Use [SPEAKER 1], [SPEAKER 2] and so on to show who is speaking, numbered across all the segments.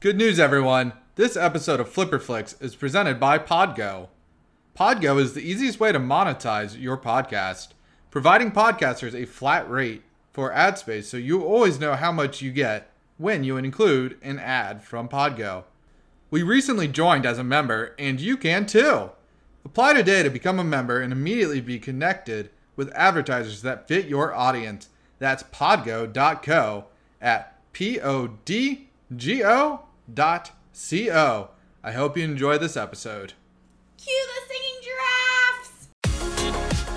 [SPEAKER 1] Good news, everyone. This episode of Flipper Flicks is presented by Podgo. Podgo is the easiest way to monetize your podcast, providing podcasters a flat rate for ad space so you always know how much you get when you include an ad from Podgo. We recently joined as a member, and you can too. Apply today to become a member and immediately be connected with advertisers that fit your audience. That's podgo.co at P O D G O dot C O. I hope you enjoy this episode.
[SPEAKER 2] Cue the singing giraffes!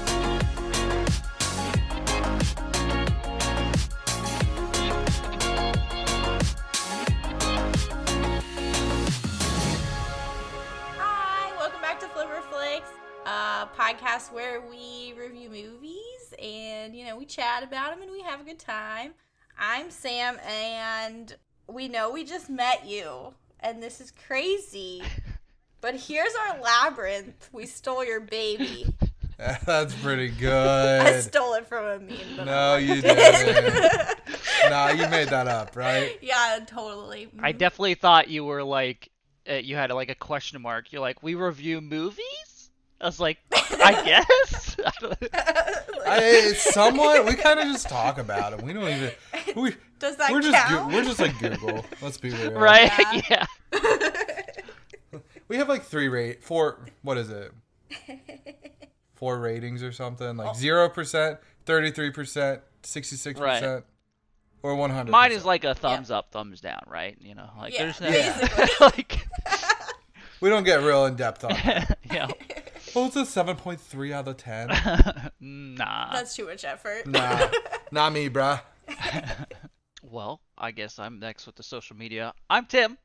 [SPEAKER 2] Hi, welcome back to Flipper Flicks, a podcast where we review movies and, you know, we chat about them and we have a good time. I'm Sam, and we know we just met you, and this is crazy. But here's our labyrinth. We stole your baby.
[SPEAKER 1] That's pretty
[SPEAKER 2] I
[SPEAKER 1] good.
[SPEAKER 2] stole it from a meme. But
[SPEAKER 1] No,
[SPEAKER 2] I
[SPEAKER 1] you
[SPEAKER 2] did.
[SPEAKER 1] nah, you made that up, right?
[SPEAKER 2] yeah, totally.
[SPEAKER 3] I
[SPEAKER 2] Mhm.
[SPEAKER 3] definitely thought you were like, uh, you had like a question mark. You're like, we review movies? I was like, I guess? I don't-
[SPEAKER 2] Uh,
[SPEAKER 1] I, it's somewhat. We kind of just talk about it. We don't even. We,
[SPEAKER 2] Does that
[SPEAKER 1] we're just Goo-
[SPEAKER 2] count?
[SPEAKER 1] we're just like Google. Let's be real.
[SPEAKER 3] right?
[SPEAKER 2] Yeah.
[SPEAKER 3] Yeah.
[SPEAKER 1] We have like three rate four. What is it? Four ratings or something
[SPEAKER 3] Oh.
[SPEAKER 1] like zero percent, thirty three percent, sixty six percent, or one hundred.
[SPEAKER 3] Mine is like a thumbs up, thumbs down, right? You know, like
[SPEAKER 2] Yeah,
[SPEAKER 3] there's no.
[SPEAKER 2] basically.
[SPEAKER 3] like,
[SPEAKER 1] We don't get real in depth on. it.
[SPEAKER 3] yeah.
[SPEAKER 1] Well, it's a seven point three out of ten.
[SPEAKER 3] Nah.
[SPEAKER 2] That's too much effort.
[SPEAKER 1] Nah, not me, bruh.
[SPEAKER 3] Well, I guess I'm next with the social media. I'm Tim,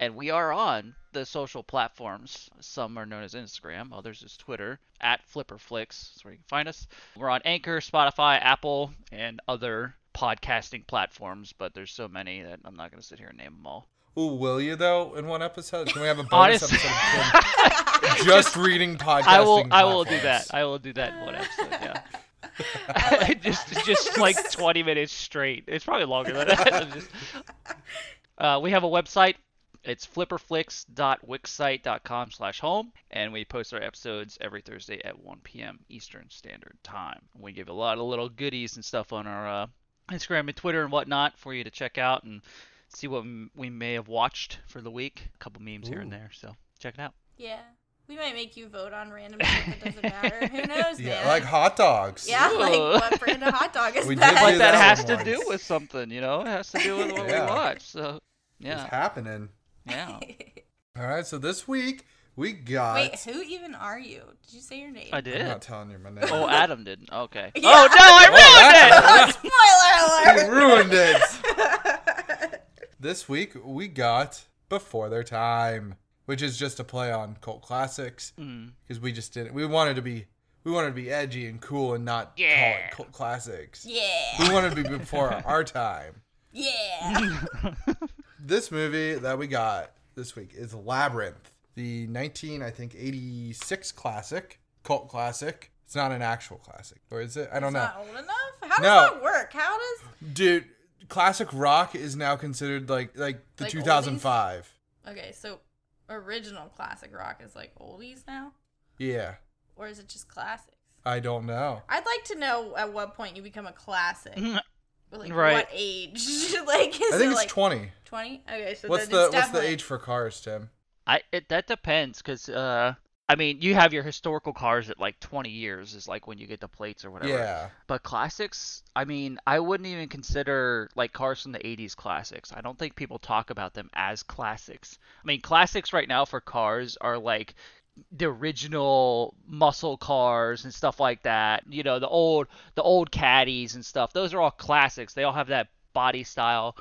[SPEAKER 3] and we are on the social platforms. Some are known as Instagram, others is Twitter, at FlipperFlix. That's where you can find us. We're on Anchor, Spotify, Apple, and other podcasting platforms, but there's so many that I'm not going to sit here and name them all.
[SPEAKER 1] Ooh, will you though? In one episode, can we have a bonus
[SPEAKER 3] Honest-
[SPEAKER 1] episode? Of Tim just reading podcasting.
[SPEAKER 3] I will I will do that.
[SPEAKER 1] platforms?
[SPEAKER 3] I will do that in one episode, yeah.
[SPEAKER 2] I like
[SPEAKER 3] just just like 20 minutes straight. It's probably longer than that. I'm just- Uh, we have a website. It's flipperflix.wixsite.com slash home, and we post our episodes every Thursday at 1 p.m. Eastern Standard Time. We give a lot of little goodies and stuff on our uh, Instagram and Twitter and whatnot for you to check out and see what m- we may have watched for the week. A couple memes here and
[SPEAKER 1] Ooh.
[SPEAKER 3] there, so check it out.
[SPEAKER 2] Yeah. We might make you vote on random shit that doesn't matter. Who knows,
[SPEAKER 1] Yeah,
[SPEAKER 2] man?
[SPEAKER 1] like hot dogs.
[SPEAKER 2] yeah, like
[SPEAKER 3] Ooh.
[SPEAKER 2] what brand of hot dog is
[SPEAKER 1] We did do
[SPEAKER 2] that?
[SPEAKER 3] But that,
[SPEAKER 1] that
[SPEAKER 3] has
[SPEAKER 1] one
[SPEAKER 3] to do
[SPEAKER 1] once.
[SPEAKER 3] with something, you know? It has to do with what
[SPEAKER 1] Yeah.
[SPEAKER 3] we watch. So,
[SPEAKER 1] it's
[SPEAKER 3] yeah.
[SPEAKER 1] happening.
[SPEAKER 3] Yeah.
[SPEAKER 1] All right, so this week we got.
[SPEAKER 2] Wait, who even are you? Did you say your name?
[SPEAKER 3] I
[SPEAKER 1] I'm
[SPEAKER 3] did.
[SPEAKER 1] not telling you my name.
[SPEAKER 3] Oh, Adam didn't. Okay.
[SPEAKER 2] Yeah.
[SPEAKER 3] Oh, no, I ruined it!
[SPEAKER 2] Oh,
[SPEAKER 1] You
[SPEAKER 2] spoiler alert!
[SPEAKER 1] ruined it. this week we got Before Their Time, which is just a play on cult classics
[SPEAKER 3] Mm.
[SPEAKER 1] because we just didn't. We wanted to be we wanted to be edgy and cool and not call
[SPEAKER 3] Yeah.
[SPEAKER 1] it cult classics.
[SPEAKER 2] yeah.
[SPEAKER 1] We wanted to be before our time.
[SPEAKER 2] Yeah.
[SPEAKER 1] This movie that we got this week is Labyrinth, the 19 I think 86 classic cult classic. It's not an actual classic, or is it? I don't
[SPEAKER 2] It's
[SPEAKER 1] know.
[SPEAKER 2] not old enough? How
[SPEAKER 1] No.
[SPEAKER 2] does that work? How does.
[SPEAKER 1] Dude, classic rock is now considered like like the
[SPEAKER 2] Like
[SPEAKER 1] 2005.
[SPEAKER 2] Okay, so original classic rock is like oldies now,
[SPEAKER 1] Yeah,
[SPEAKER 2] or is it just classics?
[SPEAKER 1] I don't know.
[SPEAKER 2] I'd like to know at what point you become a classic.
[SPEAKER 3] Mm.
[SPEAKER 2] But, like
[SPEAKER 3] Right.
[SPEAKER 2] what age? like is
[SPEAKER 1] Mm-hmm. I think
[SPEAKER 2] it
[SPEAKER 1] it's
[SPEAKER 2] like
[SPEAKER 1] 20.
[SPEAKER 2] 20? Okay, so
[SPEAKER 1] What's
[SPEAKER 2] then
[SPEAKER 1] the
[SPEAKER 2] it's
[SPEAKER 1] what's the
[SPEAKER 2] definitely-
[SPEAKER 1] age for cars, Tim?
[SPEAKER 3] I it, that depends, cause uh, I mean, you have your historical cars at like 20 years is like when you get the plates or whatever.
[SPEAKER 1] Yeah.
[SPEAKER 3] But classics, I mean, I wouldn't even consider like cars from the 80s classics. I don't think people talk about them as classics. I mean, classics right now for cars are like the original muscle cars and stuff like that. You know, the old the old caddies and stuff. Those are all classics. They all have that body style.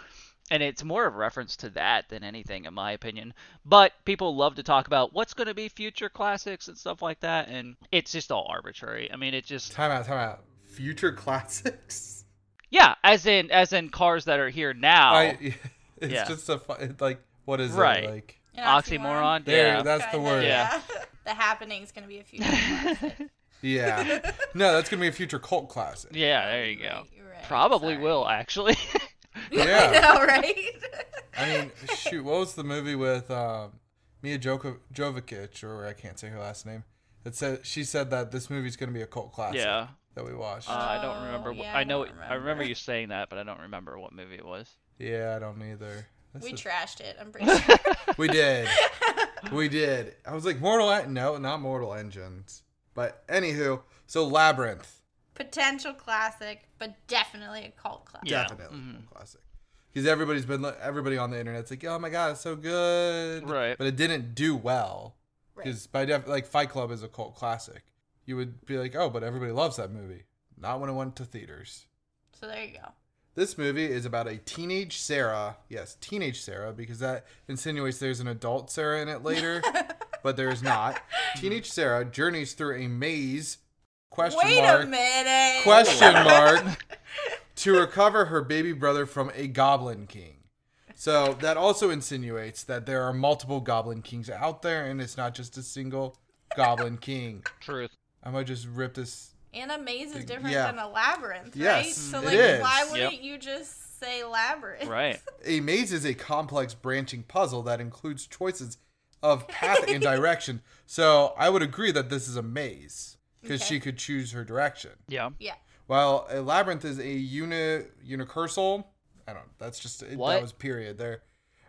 [SPEAKER 3] And it's more of a reference to that than anything, in my opinion. But people love to talk about what's going to be future classics and stuff like that. And it's just all arbitrary. I mean, it just
[SPEAKER 1] Time out, time out. Future classics.
[SPEAKER 3] yeah, as in as in cars that are here now.
[SPEAKER 1] I, it's
[SPEAKER 3] Oh. Yeah.
[SPEAKER 1] just a fu- it's like what is
[SPEAKER 3] Right.
[SPEAKER 1] it like?
[SPEAKER 2] An
[SPEAKER 3] Oxymoron.
[SPEAKER 1] There,
[SPEAKER 3] yeah.
[SPEAKER 1] that's the
[SPEAKER 2] Kinda,
[SPEAKER 1] word. Yeah.
[SPEAKER 2] Yeah. the happening's gonna be a future classic. no,
[SPEAKER 1] No, that's gonna be a future cult classic.
[SPEAKER 3] yeah, there you go.
[SPEAKER 2] Right, right,
[SPEAKER 3] Probably
[SPEAKER 2] sorry.
[SPEAKER 3] will actually.
[SPEAKER 2] I
[SPEAKER 1] Yeah.
[SPEAKER 2] know, right?
[SPEAKER 1] I mean, shoot, what was the movie with um, Mia Joko- Jovokic, or I can't say her last name? It said she said that this movie's going to be a cult classic.
[SPEAKER 3] Yeah.
[SPEAKER 1] That we watched.
[SPEAKER 3] Uh, I don't
[SPEAKER 2] Oh,
[SPEAKER 3] remember. wh-
[SPEAKER 2] yeah, I
[SPEAKER 3] I know.
[SPEAKER 2] don't
[SPEAKER 3] I remember
[SPEAKER 2] remember.
[SPEAKER 3] you saying that, but I don't remember what movie it was.
[SPEAKER 1] yeah, I don't either. This
[SPEAKER 2] we
[SPEAKER 1] is-
[SPEAKER 2] trashed it. I'm pretty sure.
[SPEAKER 1] we did. we did. I was like Mortal. En- no, not Mortal Engines. But anywho, so Labyrinth
[SPEAKER 2] Potential classic, but definitely a cult classic.
[SPEAKER 3] Yeah.
[SPEAKER 1] definitely
[SPEAKER 3] mhm.
[SPEAKER 1] a classic. Because everybody's been li- everybody on the internet's like, oh my god, it's so good.
[SPEAKER 3] Right.
[SPEAKER 1] But it didn't do well.
[SPEAKER 2] Right.
[SPEAKER 1] Because by def- like Fight Club is a cult classic. You would be like, oh, but everybody loves that movie. Not when it went to theaters.
[SPEAKER 2] So there you go.
[SPEAKER 1] This movie is about a teenage Sarah. Yes, teenage Sarah, because that insinuates there's an adult Sarah in it later, but there's not. Teenage Sarah journeys through a maze. Question
[SPEAKER 2] Wait
[SPEAKER 1] mark
[SPEAKER 2] a minute.
[SPEAKER 1] question mark to recover her baby brother from a goblin king. So that also insinuates that there are multiple goblin kings out there and it's not just a single goblin king.
[SPEAKER 3] Truth.
[SPEAKER 1] I might just rip this.
[SPEAKER 2] And a maze is different
[SPEAKER 1] Yeah.
[SPEAKER 2] than a labyrinth, right?
[SPEAKER 1] Yes,
[SPEAKER 2] So
[SPEAKER 1] it
[SPEAKER 2] like
[SPEAKER 1] is.
[SPEAKER 2] why
[SPEAKER 1] Yep.
[SPEAKER 2] wouldn't you just say labyrinth?
[SPEAKER 3] Right.
[SPEAKER 1] A maze is a complex branching puzzle that includes choices of path and direction. So I would agree that this is a maze because
[SPEAKER 2] Okay.
[SPEAKER 1] she could choose her direction.
[SPEAKER 3] Yeah.
[SPEAKER 2] Yeah.
[SPEAKER 1] While a labyrinth is a uni unicursal, I don't. That's just it, that
[SPEAKER 3] What?
[SPEAKER 1] was period there,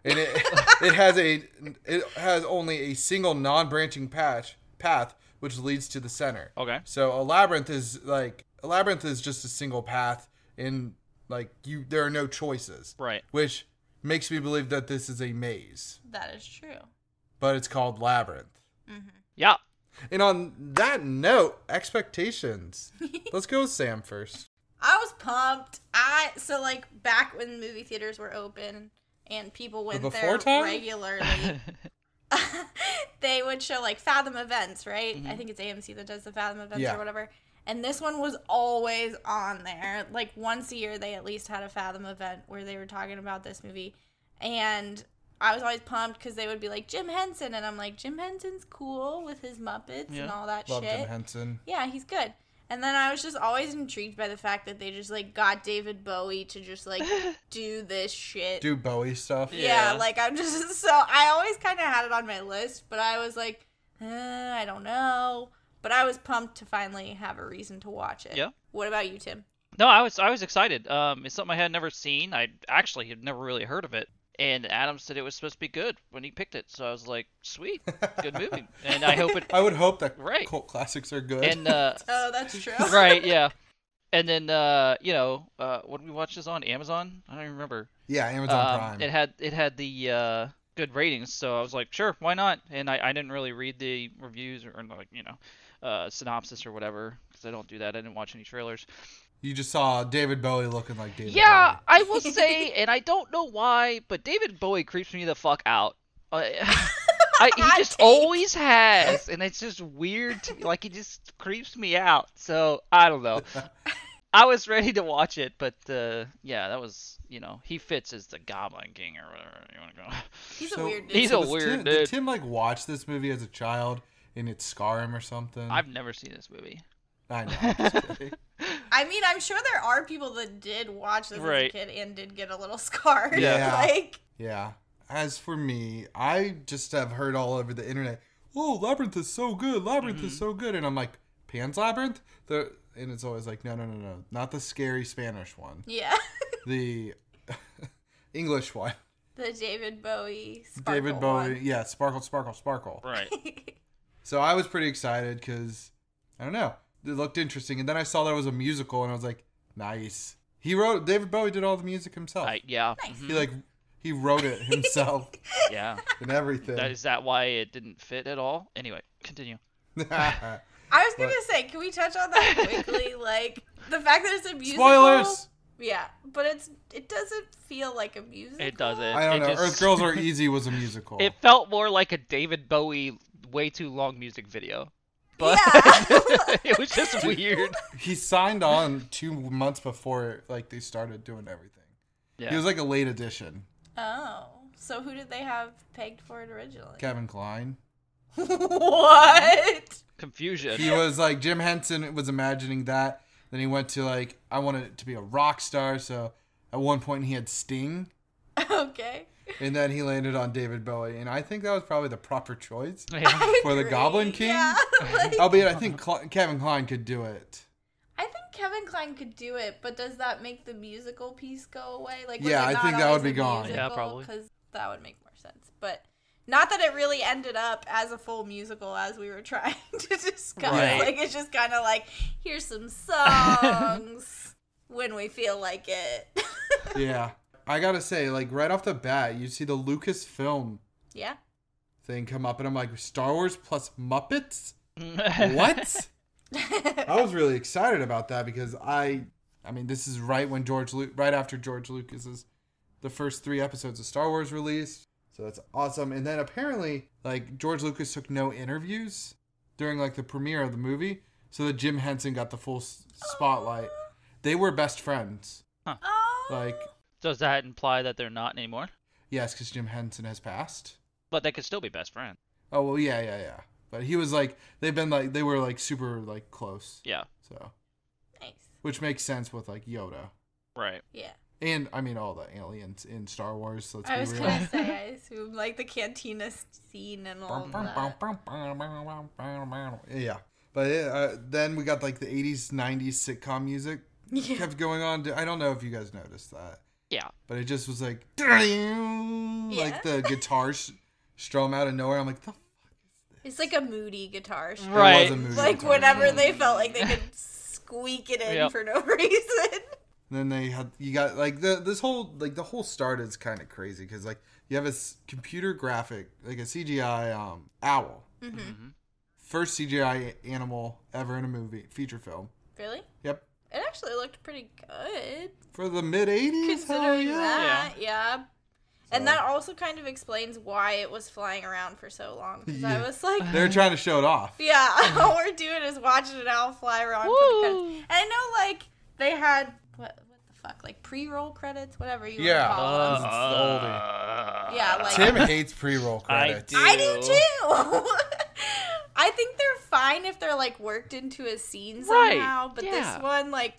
[SPEAKER 1] and it it has a it has only a single non-branching patch path which leads to the center.
[SPEAKER 3] Okay.
[SPEAKER 1] So a labyrinth is like a labyrinth is just a single path in like you there are no choices,
[SPEAKER 3] Right.
[SPEAKER 1] which makes me believe that this is a maze,
[SPEAKER 2] That is true.
[SPEAKER 1] but it's called labyrinth.
[SPEAKER 3] Yeah.
[SPEAKER 1] And on that note, expectations. Let's go with Sam first.
[SPEAKER 2] I was pumped. I so like back when movie theaters were open and people went there
[SPEAKER 1] before time?
[SPEAKER 2] regularly. they would show like Fathom events, right? I think it's AMC that does the Fathom events
[SPEAKER 1] Mm-hmm. Yeah.
[SPEAKER 2] or whatever. And this one was always on there. Like once a year, they at least had a Fathom event where they were talking about this movie. And I was always pumped because they would be like Jim Henson, and I'm like Jim Henson's cool with his Muppets and
[SPEAKER 3] Yeah.
[SPEAKER 2] all that
[SPEAKER 1] Love
[SPEAKER 2] shit.
[SPEAKER 1] Jim Henson.
[SPEAKER 2] Yeah, he's good. And then I was just always intrigued by the fact that they just like got David Bowie to just like do this shit.
[SPEAKER 1] do Bowie stuff.
[SPEAKER 2] yeah.
[SPEAKER 3] Yeah.
[SPEAKER 2] like I'm just so I always kind of had it on my list, but I was like, eh, I don't know. But I was pumped to finally have a reason to watch it.
[SPEAKER 3] Yeah.
[SPEAKER 2] What about you, Tim?
[SPEAKER 3] No, I was I was excited. Um, it's something I had never seen. I actually had never really heard of it. And Adam said it was supposed to be good when he picked it, so I was like, sweet, good movie. And I hope it.
[SPEAKER 1] I would hope that
[SPEAKER 3] Right.
[SPEAKER 1] cult classics are good.
[SPEAKER 3] And uh,
[SPEAKER 2] Oh, that's true.
[SPEAKER 3] right, yeah. And then uh, you know, uh, what did we watch this on Amazon? I don't even remember.
[SPEAKER 1] yeah, Amazon
[SPEAKER 3] Um,
[SPEAKER 1] Prime.
[SPEAKER 3] It had it had the uh, good ratings, so I was like, sure, why not? And I, I didn't really read the reviews or, or like you know, uh, synopsis or whatever because I don't do that. I didn't watch any trailers.
[SPEAKER 1] you just saw David Bowie looking like David.
[SPEAKER 3] Yeah,
[SPEAKER 1] Bowie.
[SPEAKER 3] I will say, and I don't know why, but David Bowie creeps me the fuck out. I, I, he
[SPEAKER 2] Hot
[SPEAKER 3] just
[SPEAKER 2] take.
[SPEAKER 3] always has, and it's just weird. To, like he just creeps me out. So I don't know. I was ready to watch it, but uh, yeah, that was you know he fits as the Goblin King or whatever you want to go.
[SPEAKER 2] He's a
[SPEAKER 1] So-
[SPEAKER 2] weird dude.
[SPEAKER 3] He's a
[SPEAKER 1] was
[SPEAKER 3] weird
[SPEAKER 1] Tim, Did
[SPEAKER 3] dude.
[SPEAKER 1] Tim like watch this movie as a child and it scar him or something?
[SPEAKER 3] I've never seen this movie.
[SPEAKER 1] I know. I'm just kidding.
[SPEAKER 2] I mean, I'm sure there are people that did watch this
[SPEAKER 3] Right.
[SPEAKER 2] as a kid and did get a little scarred.
[SPEAKER 1] Yeah.
[SPEAKER 2] like
[SPEAKER 1] yeah. As for me, I just have heard all over the internet, "Oh, Labyrinth is so good. Labyrinth
[SPEAKER 3] Mm-hmm.
[SPEAKER 1] is so good," and I'm like, "Pan's Labyrinth." The and it's always like, "No, no, no, no, not the scary Spanish one,
[SPEAKER 2] yeah.
[SPEAKER 1] the English one."
[SPEAKER 2] The David Bowie sparkle
[SPEAKER 1] David Bowie,
[SPEAKER 2] one.
[SPEAKER 1] yeah, sparkle, sparkle, sparkle.
[SPEAKER 3] Right.
[SPEAKER 1] So I was pretty excited because I don't know, it looked interesting, and then I saw that it was a musical, and I was like, nice. He wrote David Bowie did all the music himself.
[SPEAKER 3] I, yeah.
[SPEAKER 2] Nice.
[SPEAKER 3] mhm,
[SPEAKER 1] He like he wrote it himself
[SPEAKER 3] Yeah.
[SPEAKER 1] and everything.
[SPEAKER 3] That is that why it didn't fit at all. Anyway, continue.
[SPEAKER 2] I was gonna
[SPEAKER 1] But-
[SPEAKER 2] say, can we touch on that quickly? like the fact that it's a musical.
[SPEAKER 1] Spoilers.
[SPEAKER 2] Yeah, but it's it doesn't feel like a musical.
[SPEAKER 3] It doesn't.
[SPEAKER 1] I don't
[SPEAKER 3] It
[SPEAKER 1] know.
[SPEAKER 3] just-
[SPEAKER 1] Earth Girls Are Easy was a musical.
[SPEAKER 3] It felt more like a David Bowie way too long music video. But
[SPEAKER 2] Yeah.
[SPEAKER 3] it was just weird.
[SPEAKER 1] he signed on two months before like they started doing everything.
[SPEAKER 3] Yeah.
[SPEAKER 1] He was like a late addition.
[SPEAKER 2] Oh, so who did they have pegged for it originally?
[SPEAKER 1] Kevin Klein.
[SPEAKER 2] what?
[SPEAKER 3] Confusion.
[SPEAKER 1] he was like Jim Henson was imagining that. Then he went to like I wanted to be a rock star, so At one point, he had Sting,
[SPEAKER 2] okay.
[SPEAKER 1] and then he landed on David Bowie. And I think that was probably the proper choice.
[SPEAKER 3] Yeah.
[SPEAKER 2] I
[SPEAKER 1] For the
[SPEAKER 2] agree,
[SPEAKER 1] Goblin King?
[SPEAKER 2] Yeah. like,
[SPEAKER 1] Albeit, I think Cl- Kevin Klein could do it.
[SPEAKER 2] I think Kevin Klein could do it, but does that make the musical piece go away? Like,
[SPEAKER 1] Yeah, I think that would be gone.
[SPEAKER 3] Yeah, probably.
[SPEAKER 2] because that would make more sense. But not that it really ended up as a full musical as we were trying to discuss.
[SPEAKER 1] Right.
[SPEAKER 2] Like, it's just kind of like here's some songs when we feel like it.
[SPEAKER 1] Yeah. I gotta say, like right off the bat, you see the Lucasfilm
[SPEAKER 2] yeah,
[SPEAKER 1] thing come up, and I'm like, Star Wars plus Muppets? What? I was really excited about that because I, I mean, this is right when George, Lu- right after George Lucas's, the first three episodes of Star Wars released. So that's awesome. And then apparently, like George Lucas took no interviews during like the premiere of the movie, so that Jim Henson got the full s- spotlight. They were best friends.
[SPEAKER 2] oh,
[SPEAKER 1] Like,
[SPEAKER 3] Does that imply that they're not anymore?
[SPEAKER 1] yes, because Jim Henson has passed.
[SPEAKER 3] But they could still be best friends.
[SPEAKER 1] Oh well, yeah, yeah, yeah. But he was like, they've been like, they were like super like close.
[SPEAKER 3] Yeah.
[SPEAKER 1] So,
[SPEAKER 2] nice.
[SPEAKER 1] which makes sense with like Yoda,
[SPEAKER 3] Right.
[SPEAKER 2] Yeah,
[SPEAKER 1] and I mean all the aliens in Star Wars. Let's
[SPEAKER 2] I was
[SPEAKER 1] be real.
[SPEAKER 2] gonna say I assume like the cantina scene and all of that.
[SPEAKER 1] yeah, but uh, then we got like the '80s, '90s sitcom music
[SPEAKER 2] Yeah.
[SPEAKER 1] kept going on. I don't know if you guys noticed that,
[SPEAKER 3] Yeah.
[SPEAKER 1] but it just was like, like the guitar sh- strum out of nowhere. I'm like, the
[SPEAKER 2] It's like a moody guitar. Show.
[SPEAKER 1] There
[SPEAKER 3] Right.
[SPEAKER 1] was a movie
[SPEAKER 2] like
[SPEAKER 1] guitar
[SPEAKER 2] whenever
[SPEAKER 1] solo.
[SPEAKER 2] they felt like they could squeak it in
[SPEAKER 3] Yep.
[SPEAKER 2] for no reason.
[SPEAKER 1] then they had you got like the this whole like the whole start is kind of crazy because like you have a s- computer graphic like a CGI um owl
[SPEAKER 2] Mm-hmm.
[SPEAKER 3] hmm
[SPEAKER 1] first CGI animal ever in a movie feature film.
[SPEAKER 2] Really?
[SPEAKER 1] Yep,
[SPEAKER 2] It actually looked pretty good
[SPEAKER 1] for the mid '80s. Hell
[SPEAKER 2] considering
[SPEAKER 1] yeah!
[SPEAKER 2] that. Yeah. And
[SPEAKER 1] So-
[SPEAKER 2] that also kind of explains why it was flying around for so long. Because I
[SPEAKER 1] Yeah.
[SPEAKER 2] was like,
[SPEAKER 1] They're trying to show it off.
[SPEAKER 2] yeah, all we're doing is watching an owl fly around. For the credits.
[SPEAKER 3] Woo.
[SPEAKER 2] And I know, like, they had what, what the fuck, like pre-roll credits, whatever you
[SPEAKER 1] Yeah.
[SPEAKER 2] want to call
[SPEAKER 3] Uh-huh.
[SPEAKER 2] them.
[SPEAKER 3] Uh,
[SPEAKER 2] Yeah, like-
[SPEAKER 1] Tim hates pre-roll
[SPEAKER 3] I
[SPEAKER 1] credits.
[SPEAKER 3] do.
[SPEAKER 2] I do too. I think they're fine if they're like worked into a scene
[SPEAKER 3] Right,
[SPEAKER 2] somehow, but
[SPEAKER 3] yeah.
[SPEAKER 2] this one like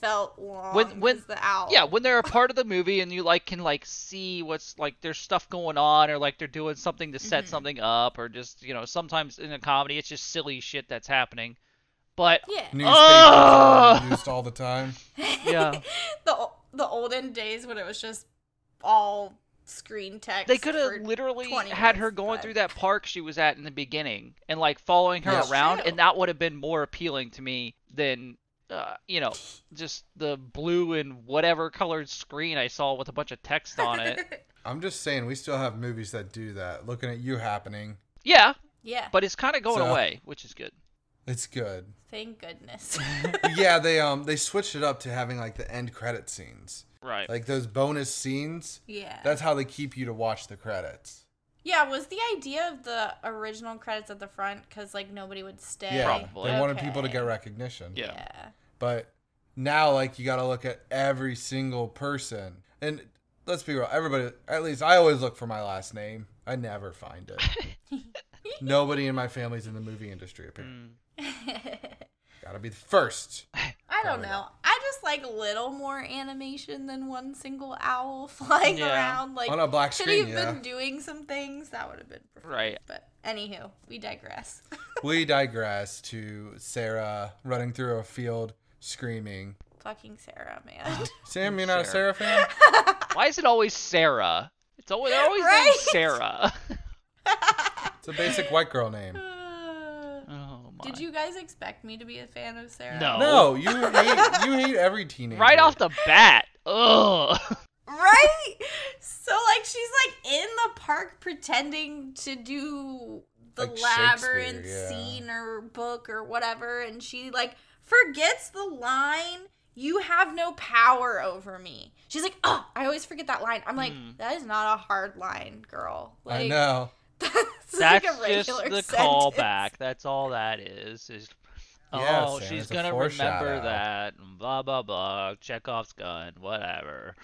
[SPEAKER 2] felt long.
[SPEAKER 3] When- when-
[SPEAKER 2] as the owl.
[SPEAKER 3] Yeah, when they're a part of the movie and you like can like see what's like there's stuff going on or like they're doing something to set
[SPEAKER 2] Mm-hmm.
[SPEAKER 3] something up or just you know sometimes in a comedy it's just silly shit that's happening. But
[SPEAKER 2] yeah.
[SPEAKER 1] Newspapers
[SPEAKER 3] Oh!
[SPEAKER 1] are used all the time.
[SPEAKER 3] yeah,
[SPEAKER 2] The o- the olden days when it was just all screen text.
[SPEAKER 3] they could have
[SPEAKER 2] for
[SPEAKER 3] literally
[SPEAKER 2] 20
[SPEAKER 3] had her
[SPEAKER 2] minutes,
[SPEAKER 3] going
[SPEAKER 2] but-
[SPEAKER 3] through that park she was at in the beginning and like following her
[SPEAKER 1] That's
[SPEAKER 3] around
[SPEAKER 2] true.
[SPEAKER 3] and that would have been more appealing to me than uh, you know just the blue and whatever colored screen I saw with a bunch of text on it.
[SPEAKER 1] I'm just saying, we still have movies that do that. Looking at you happening,
[SPEAKER 3] yeah,
[SPEAKER 2] Yeah.
[SPEAKER 3] but it's kind of going
[SPEAKER 1] So-
[SPEAKER 3] away, which is good.
[SPEAKER 1] it's good.
[SPEAKER 2] Thank goodness.
[SPEAKER 1] yeah, they um they switched it up to having like the end credit scenes,
[SPEAKER 3] Right.
[SPEAKER 1] like those bonus scenes.
[SPEAKER 2] yeah.
[SPEAKER 1] That's how they keep you to watch the credits.
[SPEAKER 2] yeah. Was the idea of the original credits at the front because like nobody would stay?
[SPEAKER 1] Yeah,
[SPEAKER 3] Probably.
[SPEAKER 1] they wanted people to
[SPEAKER 2] Okay.
[SPEAKER 1] get recognition.
[SPEAKER 3] Yeah.
[SPEAKER 2] Yeah.
[SPEAKER 1] But now, like, you got to look at every single person. And let's be real, everybody, at least I always look for my last name. I never find it. Nobody in my family's in the movie industry, apparently.
[SPEAKER 3] Mm.
[SPEAKER 1] Got to be the first.
[SPEAKER 2] I don't
[SPEAKER 1] Probably
[SPEAKER 2] know. I just like little more animation than one single owl flying
[SPEAKER 3] Yeah.
[SPEAKER 2] around. Like
[SPEAKER 1] On a black
[SPEAKER 2] should
[SPEAKER 1] screen,
[SPEAKER 2] he have
[SPEAKER 1] yeah.
[SPEAKER 2] been doing some things that would have been preferred.
[SPEAKER 3] Right.
[SPEAKER 2] But anywho, we digress.
[SPEAKER 1] we digress to Sarah running through a field screaming.
[SPEAKER 2] Fucking Sarah, man.
[SPEAKER 1] Sam, you're not
[SPEAKER 3] Sarah.
[SPEAKER 1] a Sarah fan?
[SPEAKER 3] Why is it always Sarah? It's always they're always named
[SPEAKER 2] Right?
[SPEAKER 3] Sarah.
[SPEAKER 1] It's a basic white girl name.
[SPEAKER 2] Uh,
[SPEAKER 3] Oh my.
[SPEAKER 2] Did you guys expect me to be a fan of Sarah?
[SPEAKER 3] No.
[SPEAKER 1] No, you hate, you hate every teenager.
[SPEAKER 3] Right off the bat. Ugh.
[SPEAKER 2] Right? So like she's like in the park pretending to do the
[SPEAKER 1] Like Shakespeare,
[SPEAKER 2] labyrinth
[SPEAKER 1] yeah.
[SPEAKER 2] scene or book or whatever and she like forgets the line you have no power over me. She's like, "Oh, I always forget that line." I'm like,
[SPEAKER 3] Mm.
[SPEAKER 2] "That is not a hard line, girl." Like
[SPEAKER 1] I know.
[SPEAKER 2] That's, like
[SPEAKER 3] That's
[SPEAKER 2] a
[SPEAKER 3] just the
[SPEAKER 2] regular sentence.
[SPEAKER 3] callback. That's all that is. Is
[SPEAKER 1] Yeah,
[SPEAKER 3] oh,
[SPEAKER 1] Sarah,
[SPEAKER 3] she's
[SPEAKER 1] it's a
[SPEAKER 3] gonna remember
[SPEAKER 1] foreshadow.
[SPEAKER 3] that. and Blah blah blah. Chekhov's gun. Whatever.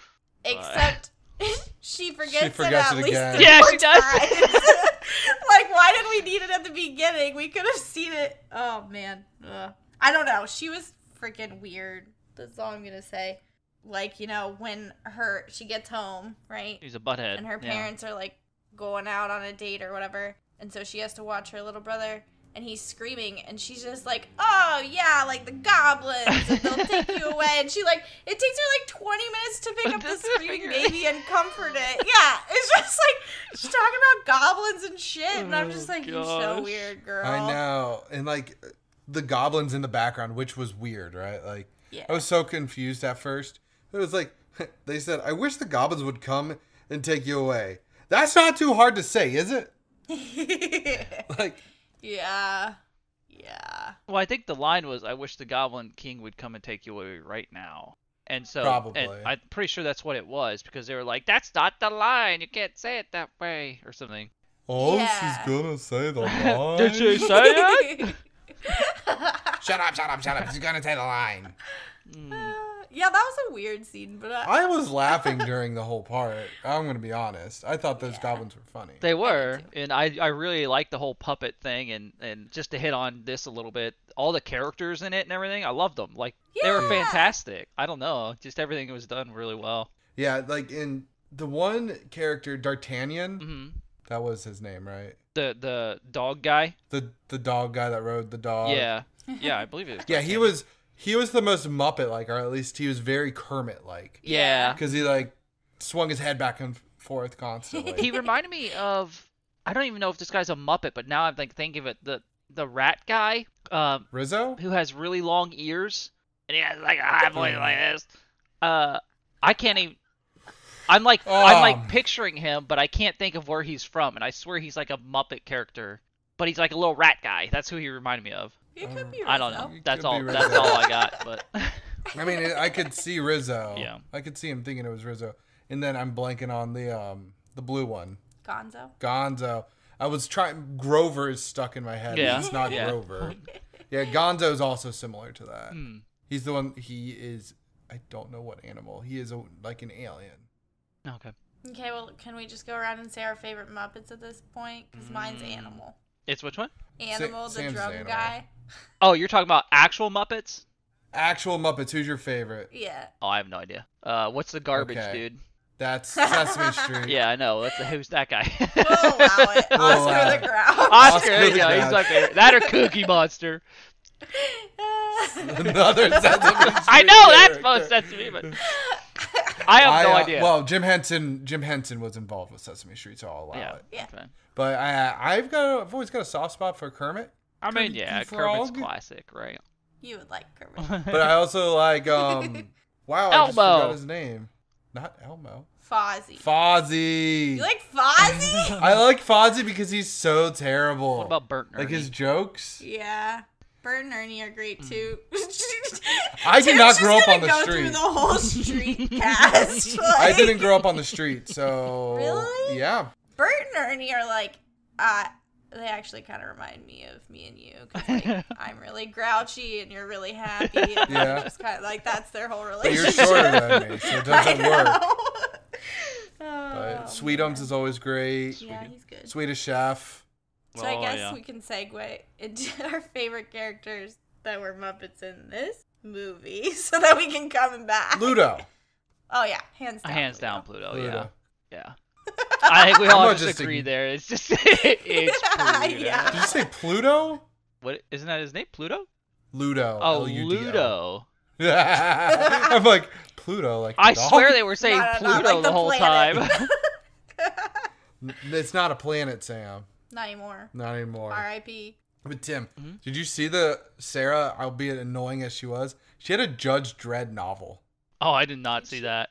[SPEAKER 2] Except she forgets,
[SPEAKER 1] forgets
[SPEAKER 2] it at
[SPEAKER 1] it
[SPEAKER 2] least
[SPEAKER 1] again.
[SPEAKER 2] three
[SPEAKER 3] Yeah,
[SPEAKER 2] more
[SPEAKER 3] she does.
[SPEAKER 2] times. like, why did we need it at the beginning? We could have seen it. Oh man, Ugh. I don't know. She was freaking weird. That's all I'm gonna say. like you know when her she gets home right
[SPEAKER 3] He's a butthead.
[SPEAKER 2] and her
[SPEAKER 3] yeah.
[SPEAKER 2] parents are like going out on a date or whatever and so she has to watch her little brother and he's screaming and she's just like oh yeah like the goblins and they'll take you away and she like it takes her like 20 minutes to pick up the
[SPEAKER 3] Just to
[SPEAKER 2] screaming
[SPEAKER 3] figure it-
[SPEAKER 2] baby and comfort it yeah it's just like she's talking about goblins and shit and i'm just
[SPEAKER 3] Oh,
[SPEAKER 2] like you're so
[SPEAKER 3] gosh.
[SPEAKER 2] weird girl
[SPEAKER 1] I know. And like the goblins in the background, which was weird, right? Like
[SPEAKER 2] Yeah.
[SPEAKER 1] I was so confused at first. It was like they said, "I wish the goblins would come and take you away." That's not too hard to say, is it? Like
[SPEAKER 2] yeah yeah
[SPEAKER 3] Well, I think the line was, "I wish the Goblin King would come and take you away right now." And so,
[SPEAKER 1] Probably.
[SPEAKER 3] and I'm pretty sure that's what it was because they were like, "That's not the line. You can't say it that way," or something.
[SPEAKER 1] Oh,
[SPEAKER 2] Yeah.
[SPEAKER 1] she's gonna say the
[SPEAKER 3] Did she
[SPEAKER 1] line.
[SPEAKER 3] say it?
[SPEAKER 1] shut up! Shut up! Shut up! She's gonna say the line.
[SPEAKER 3] Mm.
[SPEAKER 2] yeah that was a weird scene but uh, I,
[SPEAKER 1] I was laughing during the whole part. I'm gonna be honest. I thought those goblins were funny.
[SPEAKER 3] They were,
[SPEAKER 2] too.
[SPEAKER 3] and I, I really like the whole puppet thing, and, and just to hit on this a little bit, all the characters in it and everything, I loved them. Like they were
[SPEAKER 2] Yeah.
[SPEAKER 3] fantastic. I don't know, just everything was done really well.
[SPEAKER 1] yeah, like in the one character, D'Artagnan.
[SPEAKER 2] Mm-hmm.
[SPEAKER 3] hmm
[SPEAKER 1] That was his name, right?
[SPEAKER 3] The the dog guy,
[SPEAKER 1] The the dog guy that rode the dog.
[SPEAKER 3] yeah, yeah, I believe it. Was
[SPEAKER 1] Yeah, he
[SPEAKER 3] D'Artagnan.
[SPEAKER 1] was he was the most Muppet like, or at least he was very Kermit like,
[SPEAKER 3] Yeah,
[SPEAKER 1] because he like swung his head back and forth constantly.
[SPEAKER 3] he reminded me of I don't even know if this guy's a Muppet, but now I'm like thinking of it the the rat guy um,
[SPEAKER 1] Rizzo?
[SPEAKER 3] who has really long ears and he has like a high voice
[SPEAKER 1] Mm.
[SPEAKER 3] like this. Uh, I can't even. I'm like I'm
[SPEAKER 1] Um.
[SPEAKER 3] like picturing him, but I can't think of where he's from, and I swear he's like a Muppet character, but he's like a little rat guy. That's who he reminded me of.
[SPEAKER 2] it could be
[SPEAKER 3] I don't know.
[SPEAKER 2] Rizzo.
[SPEAKER 1] He could
[SPEAKER 3] That's
[SPEAKER 1] be
[SPEAKER 3] all. That's
[SPEAKER 1] Rizzo.
[SPEAKER 3] all I got. But
[SPEAKER 1] I mean, I could see Rizzo.
[SPEAKER 3] Yeah.
[SPEAKER 1] I could see him thinking it was Rizzo, and then I'm blanking on the um the blue one,
[SPEAKER 2] gonzo
[SPEAKER 1] Gonzo. I was trying. Grover is stuck in my head.
[SPEAKER 3] Yeah,
[SPEAKER 1] It's not
[SPEAKER 3] yeah.
[SPEAKER 1] Grover. Yeah, Gonzo's also similar to that.
[SPEAKER 3] hmm,
[SPEAKER 1] He's the one. He is. I don't know what animal. He is a, like an alien.
[SPEAKER 3] okay,
[SPEAKER 2] Okay, well, can we just go around and say our favorite Muppets at this point? Because mine's Animal.
[SPEAKER 3] it's which one?
[SPEAKER 2] Animal, the
[SPEAKER 1] Mm. Sam's
[SPEAKER 2] drum
[SPEAKER 1] Animal.
[SPEAKER 2] guy.
[SPEAKER 3] Oh, you're talking about actual Muppets?
[SPEAKER 1] Actual Muppets. Who's your favorite?
[SPEAKER 2] Yeah.
[SPEAKER 3] Oh, I have no idea. Uh, what's the garbage
[SPEAKER 1] Okay.
[SPEAKER 3] dude?
[SPEAKER 1] That's Sesame Street.
[SPEAKER 3] Yeah, I know. That's, who's that guy?
[SPEAKER 2] We'll allow it.
[SPEAKER 1] We'll
[SPEAKER 2] Oscar
[SPEAKER 1] allow
[SPEAKER 2] the
[SPEAKER 1] it.
[SPEAKER 2] Grouch.
[SPEAKER 3] Oscar,
[SPEAKER 1] Oscar the
[SPEAKER 3] yeah, he's
[SPEAKER 1] Grouch.
[SPEAKER 3] my favorite. That or Cookie Monster.
[SPEAKER 1] Another Sesame Street
[SPEAKER 3] I know that's
[SPEAKER 1] character.
[SPEAKER 3] most sense to me, but I have no
[SPEAKER 1] I, uh,
[SPEAKER 3] idea.
[SPEAKER 1] Well, Jim Henson, Jim Henson was involved with Sesame Street, so I'll allow
[SPEAKER 3] yeah,
[SPEAKER 1] it.
[SPEAKER 2] Yeah.
[SPEAKER 3] okay.
[SPEAKER 1] But I, uh, I've got, a, I've always got a soft spot for Kermit.
[SPEAKER 3] I mean,
[SPEAKER 1] Cookie
[SPEAKER 3] yeah, Kermit's
[SPEAKER 1] Frog?
[SPEAKER 3] classic, right?
[SPEAKER 2] you would like Kermit.
[SPEAKER 1] But uh, I also like, um, wow, I just
[SPEAKER 3] Elmo.
[SPEAKER 1] forgot his name. Not Elmo.
[SPEAKER 2] Fozzie.
[SPEAKER 1] Fozzie.
[SPEAKER 2] you like Fozzie?
[SPEAKER 1] I like Fozzie because he's so terrible.
[SPEAKER 3] What about Bert? and
[SPEAKER 1] like his
[SPEAKER 3] Ernie?
[SPEAKER 1] jokes?
[SPEAKER 2] yeah. Bert and Ernie are great too.
[SPEAKER 1] Mm. I did
[SPEAKER 2] Tim's
[SPEAKER 1] not
[SPEAKER 2] just
[SPEAKER 1] grow up
[SPEAKER 2] gonna
[SPEAKER 1] on the
[SPEAKER 2] go
[SPEAKER 1] street.
[SPEAKER 2] Through the whole street cast.
[SPEAKER 1] I
[SPEAKER 2] like-
[SPEAKER 1] didn't grow up on the street, so
[SPEAKER 2] Really?
[SPEAKER 1] yeah.
[SPEAKER 2] Bert and Ernie are like, uh, they actually kind of remind me of me and you because like, I'm really grouchy and you're really happy. And
[SPEAKER 1] Yeah.
[SPEAKER 2] yeah. Just kind of like that's their whole
[SPEAKER 1] But you're
[SPEAKER 2] relationship.
[SPEAKER 1] shorter than me, so it doesn't work. But
[SPEAKER 2] oh,
[SPEAKER 1] Sweetums is always great.
[SPEAKER 2] Yeah, he's good.
[SPEAKER 1] Swedish Chef.
[SPEAKER 2] So I
[SPEAKER 3] Oh,
[SPEAKER 2] guess
[SPEAKER 3] yeah.
[SPEAKER 2] we can segue into our favorite characters that were Muppets in this movie, so that we can come back.
[SPEAKER 1] Ludo.
[SPEAKER 2] Oh yeah, hands down.
[SPEAKER 3] hands
[SPEAKER 2] Ludo.
[SPEAKER 3] down Pluto.
[SPEAKER 1] Ludo.
[SPEAKER 3] Oh, Yeah, yeah. I think we
[SPEAKER 1] I'm
[SPEAKER 3] all
[SPEAKER 1] not
[SPEAKER 3] just,
[SPEAKER 1] just
[SPEAKER 3] agree
[SPEAKER 1] ign-
[SPEAKER 3] there. It's just it's Pluto.
[SPEAKER 2] Yeah.
[SPEAKER 1] Did you say Pluto?
[SPEAKER 3] What isn't that his name? Pluto?
[SPEAKER 1] Ludo.
[SPEAKER 3] Oh,
[SPEAKER 1] L-U-D-O.
[SPEAKER 3] Ludo.
[SPEAKER 1] I'm like Pluto, like the
[SPEAKER 3] I
[SPEAKER 1] dog?
[SPEAKER 3] swear they were saying
[SPEAKER 2] Not- not like
[SPEAKER 3] Pluto the,
[SPEAKER 2] the
[SPEAKER 3] whole
[SPEAKER 2] planet.
[SPEAKER 3] time.
[SPEAKER 1] it's not a planet, Sam.
[SPEAKER 2] Not anymore.
[SPEAKER 1] Not anymore.
[SPEAKER 2] R.I.P.
[SPEAKER 1] But Tim,
[SPEAKER 3] Mhm.
[SPEAKER 1] did you see the Sarah, albeit annoying as she was, she had a Judge Dredd novel.
[SPEAKER 3] oh, I did not see that.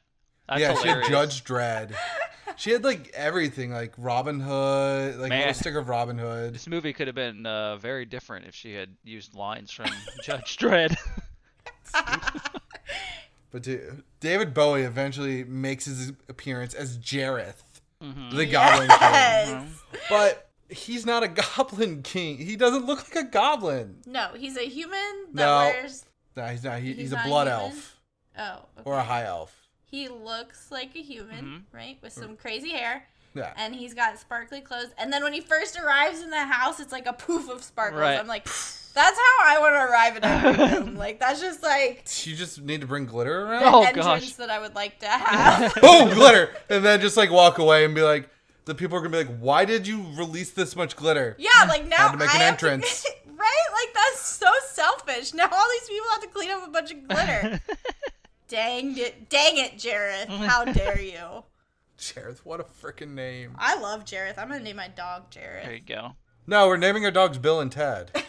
[SPEAKER 3] That's
[SPEAKER 1] yeah,
[SPEAKER 3] hilarious.
[SPEAKER 1] she had Judge Dredd. She had like everything, like Robin Hood, like a little
[SPEAKER 3] Man.
[SPEAKER 1] stick of Robin Hood.
[SPEAKER 3] This movie could have been uh, very different if she had used lines from Judge Dredd.
[SPEAKER 1] But dude, David Bowie eventually makes his appearance as Jareth,
[SPEAKER 3] Mhm.
[SPEAKER 1] the Goblin King.
[SPEAKER 2] Mm. Yes.
[SPEAKER 1] But he's not a Goblin King. He doesn't look like a goblin.
[SPEAKER 2] No, he's a human that
[SPEAKER 1] No.
[SPEAKER 2] wears.
[SPEAKER 1] Nah, he's not. He, he's,
[SPEAKER 2] He's
[SPEAKER 1] a
[SPEAKER 2] not
[SPEAKER 1] blood
[SPEAKER 2] human?
[SPEAKER 1] elf
[SPEAKER 2] Oh, okay.
[SPEAKER 1] or a high elf.
[SPEAKER 3] Mm-hmm.
[SPEAKER 2] he looks like a human, right? With some crazy hair,
[SPEAKER 1] Yeah.
[SPEAKER 2] and he's got sparkly clothes. And then when he first arrives in the house, it's like a poof of sparkles.
[SPEAKER 3] Right.
[SPEAKER 2] I'm like, that's how I want to arrive in every room. Like that's just like
[SPEAKER 1] You just need to bring glitter around.
[SPEAKER 3] Oh,
[SPEAKER 2] entrance
[SPEAKER 3] gosh.
[SPEAKER 2] that I would like to have.
[SPEAKER 1] boom, glitter, and then just like walk away and be like, the people are gonna be like, why did you release this much glitter?
[SPEAKER 2] yeah, like now
[SPEAKER 1] Had to make
[SPEAKER 2] I
[SPEAKER 1] an
[SPEAKER 2] have
[SPEAKER 1] entrance.
[SPEAKER 2] To, right? Like that's so selfish. Now all these people have to clean up a bunch of glitter. dang it, dang it, Jareth! How dare you?
[SPEAKER 1] Jareth, what a freaking name.
[SPEAKER 2] I love Jareth. I'm gonna name my dog
[SPEAKER 3] There you
[SPEAKER 2] Jareth.
[SPEAKER 3] go.
[SPEAKER 1] No, we're naming our dogs Bill and Ted.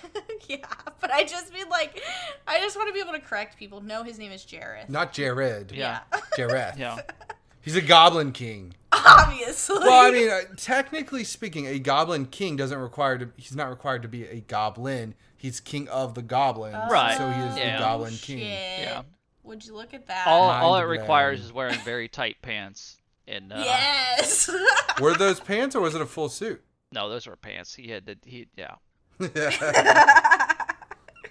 [SPEAKER 2] yeah, but I just mean like, I just want to be able to correct people. No, his name is Jareth.
[SPEAKER 1] Not Jared.
[SPEAKER 3] Yeah.
[SPEAKER 1] Jareth.
[SPEAKER 3] Yeah.
[SPEAKER 1] He's a goblin king.
[SPEAKER 2] Obviously.
[SPEAKER 1] Well, I mean, uh, technically speaking, a goblin king doesn't require to. He's not required to be a goblin. He's king of the goblins.
[SPEAKER 3] Right.
[SPEAKER 1] So he is
[SPEAKER 3] Yeah.
[SPEAKER 1] the goblin king.
[SPEAKER 2] Oh, Shit.
[SPEAKER 3] Yeah.
[SPEAKER 2] Would you look at that?
[SPEAKER 3] All, all it
[SPEAKER 1] Mind
[SPEAKER 3] requires
[SPEAKER 1] blown.
[SPEAKER 3] is wearing very tight pants. And uh,
[SPEAKER 2] yes.
[SPEAKER 1] Were those pants or was it a full suit?
[SPEAKER 3] no, those were pants. He had the he yeah.
[SPEAKER 1] yeah.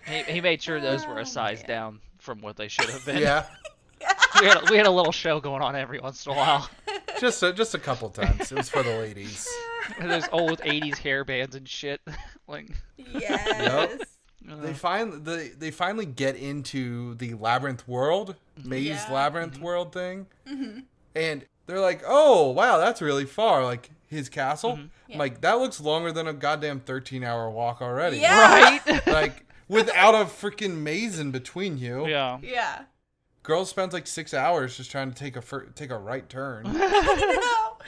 [SPEAKER 3] He, he made sure those were
[SPEAKER 2] Oh,
[SPEAKER 3] a size
[SPEAKER 2] man.
[SPEAKER 3] down from what they should have been.
[SPEAKER 1] Yeah.
[SPEAKER 3] we had we had a little show going on every once in a while.
[SPEAKER 1] Just a, just a couple times. It was for the ladies.
[SPEAKER 3] Those old '80s hair bands and shit. like
[SPEAKER 2] yes.
[SPEAKER 3] uh,
[SPEAKER 1] They find they they finally get into the labyrinth world, maze
[SPEAKER 2] Mm-hmm. Yeah. Mm-hmm.
[SPEAKER 1] labyrinth world thing, and they're like, "Oh wow, that's really far." Like his castle, I'm
[SPEAKER 2] Mm-hmm. Yeah.
[SPEAKER 1] like that looks longer than a goddamn thirteen hour walk already.
[SPEAKER 2] Yeah.
[SPEAKER 3] right.
[SPEAKER 1] like without a freaking maze in between you,
[SPEAKER 3] yeah.
[SPEAKER 2] Yeah.
[SPEAKER 1] girl spends like six hours just trying to take a fir- take a right turn.
[SPEAKER 2] no, that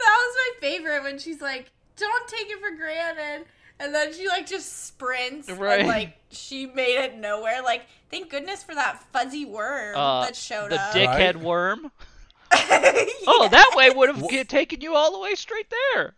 [SPEAKER 2] was my favorite when she's like, "Don't take it for granted," and then she like just sprints
[SPEAKER 3] Right.
[SPEAKER 2] and like she made it nowhere. Like, thank goodness for that fuzzy worm
[SPEAKER 3] Uh,
[SPEAKER 2] that showed
[SPEAKER 3] the
[SPEAKER 2] up.
[SPEAKER 3] dickhead
[SPEAKER 1] Right.
[SPEAKER 3] worm.
[SPEAKER 2] oh,
[SPEAKER 3] Oh, that way would have
[SPEAKER 1] Wha-
[SPEAKER 3] get, taken you all the way straight there.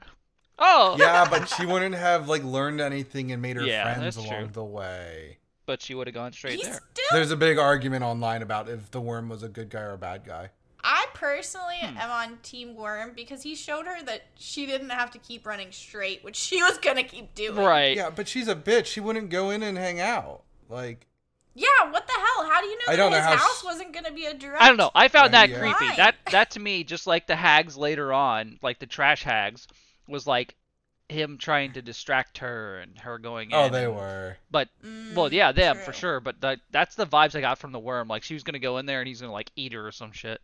[SPEAKER 3] Oh,
[SPEAKER 1] yeah, but she wouldn't have like learned anything and made her
[SPEAKER 3] Yeah,
[SPEAKER 1] friends
[SPEAKER 3] that's
[SPEAKER 1] along
[SPEAKER 3] true.
[SPEAKER 1] the way.
[SPEAKER 3] but she would have gone straight
[SPEAKER 2] He's
[SPEAKER 3] there.
[SPEAKER 2] still.
[SPEAKER 1] There's a big argument online about if the worm was a good guy or a bad guy.
[SPEAKER 2] I personally
[SPEAKER 3] Hmm.
[SPEAKER 2] am on Team Worm because he showed her that she didn't have to keep running straight, which she was gonna keep doing.
[SPEAKER 3] Right.
[SPEAKER 1] Yeah, but she's a bitch. She wouldn't go in and hang out. Like,
[SPEAKER 2] Yeah. What the hell? How do you know
[SPEAKER 1] I
[SPEAKER 2] that
[SPEAKER 1] don't know
[SPEAKER 2] his
[SPEAKER 1] how
[SPEAKER 2] house
[SPEAKER 1] s-
[SPEAKER 2] wasn't gonna be a direct?
[SPEAKER 3] I don't know. I found
[SPEAKER 1] Right,
[SPEAKER 3] that
[SPEAKER 1] yeah.
[SPEAKER 3] creepy.
[SPEAKER 2] Why?
[SPEAKER 3] That that to me, just like the hags later on, like the trash hags, was like him trying to distract her and her going in.
[SPEAKER 1] oh, they
[SPEAKER 3] and-
[SPEAKER 1] were.
[SPEAKER 3] But
[SPEAKER 2] Mm.
[SPEAKER 3] well, yeah, them for
[SPEAKER 2] true.
[SPEAKER 3] sure. But that that's the vibes I got from the worm. Like she was gonna go in there and he's gonna like eat her or some shit.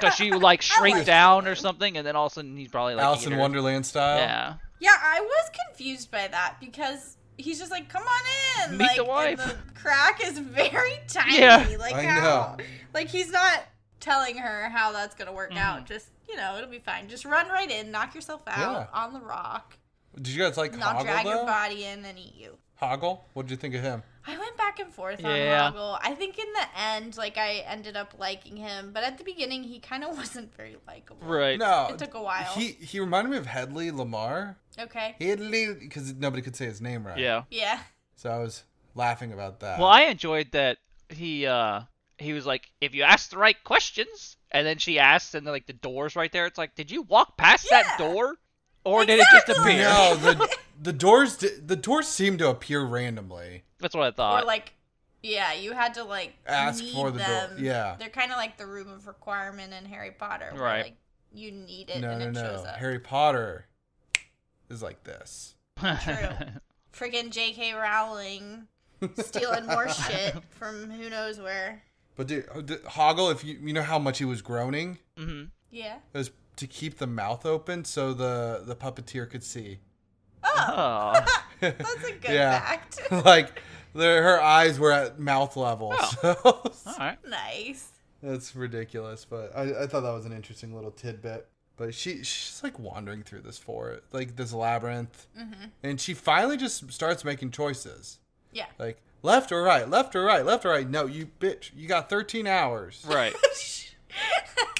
[SPEAKER 3] Cause she would, like shrink
[SPEAKER 2] like
[SPEAKER 3] down or something, and then all of a sudden he's probably like
[SPEAKER 1] Alice
[SPEAKER 3] eat
[SPEAKER 1] in
[SPEAKER 3] her.
[SPEAKER 1] Wonderland style.
[SPEAKER 3] Yeah.
[SPEAKER 2] Yeah, I was confused by that because he's just like, "Come on in."
[SPEAKER 3] Meet
[SPEAKER 2] like,
[SPEAKER 3] the
[SPEAKER 2] and
[SPEAKER 3] wife.
[SPEAKER 2] the crack is very tiny.
[SPEAKER 3] Yeah.
[SPEAKER 2] like
[SPEAKER 1] I
[SPEAKER 2] how?
[SPEAKER 1] know.
[SPEAKER 2] Like he's not telling her how that's gonna work
[SPEAKER 3] Mm-hmm.
[SPEAKER 2] out. Just you know, it'll be fine. Just run right in, knock yourself out
[SPEAKER 1] Yeah.
[SPEAKER 2] on the rock,
[SPEAKER 1] Did you guys like
[SPEAKER 2] not
[SPEAKER 1] Hoggle,
[SPEAKER 2] drag your
[SPEAKER 1] though?
[SPEAKER 2] body in and eat you.
[SPEAKER 1] Hoggle? What'd you think of him?
[SPEAKER 2] I went back and forth
[SPEAKER 3] Yeah.
[SPEAKER 2] on Hoggle. I think in the end, like I ended up liking him, but at the beginning, he kind of wasn't very likable.
[SPEAKER 3] Right.
[SPEAKER 1] No.
[SPEAKER 2] It took a while.
[SPEAKER 1] He, he reminded me of Headley Lamar.
[SPEAKER 2] Okay.
[SPEAKER 1] Headley, because nobody could say his name right.
[SPEAKER 3] Yeah.
[SPEAKER 2] Yeah.
[SPEAKER 1] So I was laughing about that.
[SPEAKER 3] Well, I enjoyed that he uh he was like, if you ask the right questions, and then she asked, and then, like the door's right there. It's like, did you walk past that
[SPEAKER 2] Yeah.
[SPEAKER 3] door, or did it just
[SPEAKER 2] Exactly.
[SPEAKER 3] appear?
[SPEAKER 1] No, the, the doors di- the doors seem to appear randomly.
[SPEAKER 3] That's what I
[SPEAKER 2] or
[SPEAKER 3] thought.
[SPEAKER 2] like yeah you had to like
[SPEAKER 1] Uh, Ask
[SPEAKER 2] need
[SPEAKER 1] for the door-
[SPEAKER 2] them.
[SPEAKER 1] yeah.
[SPEAKER 2] they're kind of like the room of requirement in harry potter where,
[SPEAKER 3] Right.
[SPEAKER 2] like you need it
[SPEAKER 1] no,
[SPEAKER 2] and
[SPEAKER 1] no,
[SPEAKER 2] it
[SPEAKER 1] no.
[SPEAKER 2] shows up
[SPEAKER 1] Harry Potter is like this.
[SPEAKER 2] true. friggin jk rowling stealing more shit from who knows where
[SPEAKER 1] But dude, oh, Hoggle, if you you know how much he was groaning,
[SPEAKER 3] hmm
[SPEAKER 2] yeah
[SPEAKER 1] it was to keep the mouth open so the the puppeteer could see.
[SPEAKER 2] oh
[SPEAKER 3] Oh,
[SPEAKER 2] that's a good
[SPEAKER 1] Yeah.
[SPEAKER 2] fact
[SPEAKER 1] like the, her eyes were at mouth level.
[SPEAKER 2] Oh.
[SPEAKER 1] So
[SPEAKER 3] all right.
[SPEAKER 2] nice
[SPEAKER 1] that's ridiculous. But I, I thought that was an interesting little tidbit. But she she's like wandering through this for like this labyrinth,
[SPEAKER 3] Mm-hmm.
[SPEAKER 1] and she finally just starts making choices,
[SPEAKER 2] yeah
[SPEAKER 1] like left or right, left or right, left or right. No, you bitch, you got thirteen hours.
[SPEAKER 3] Right.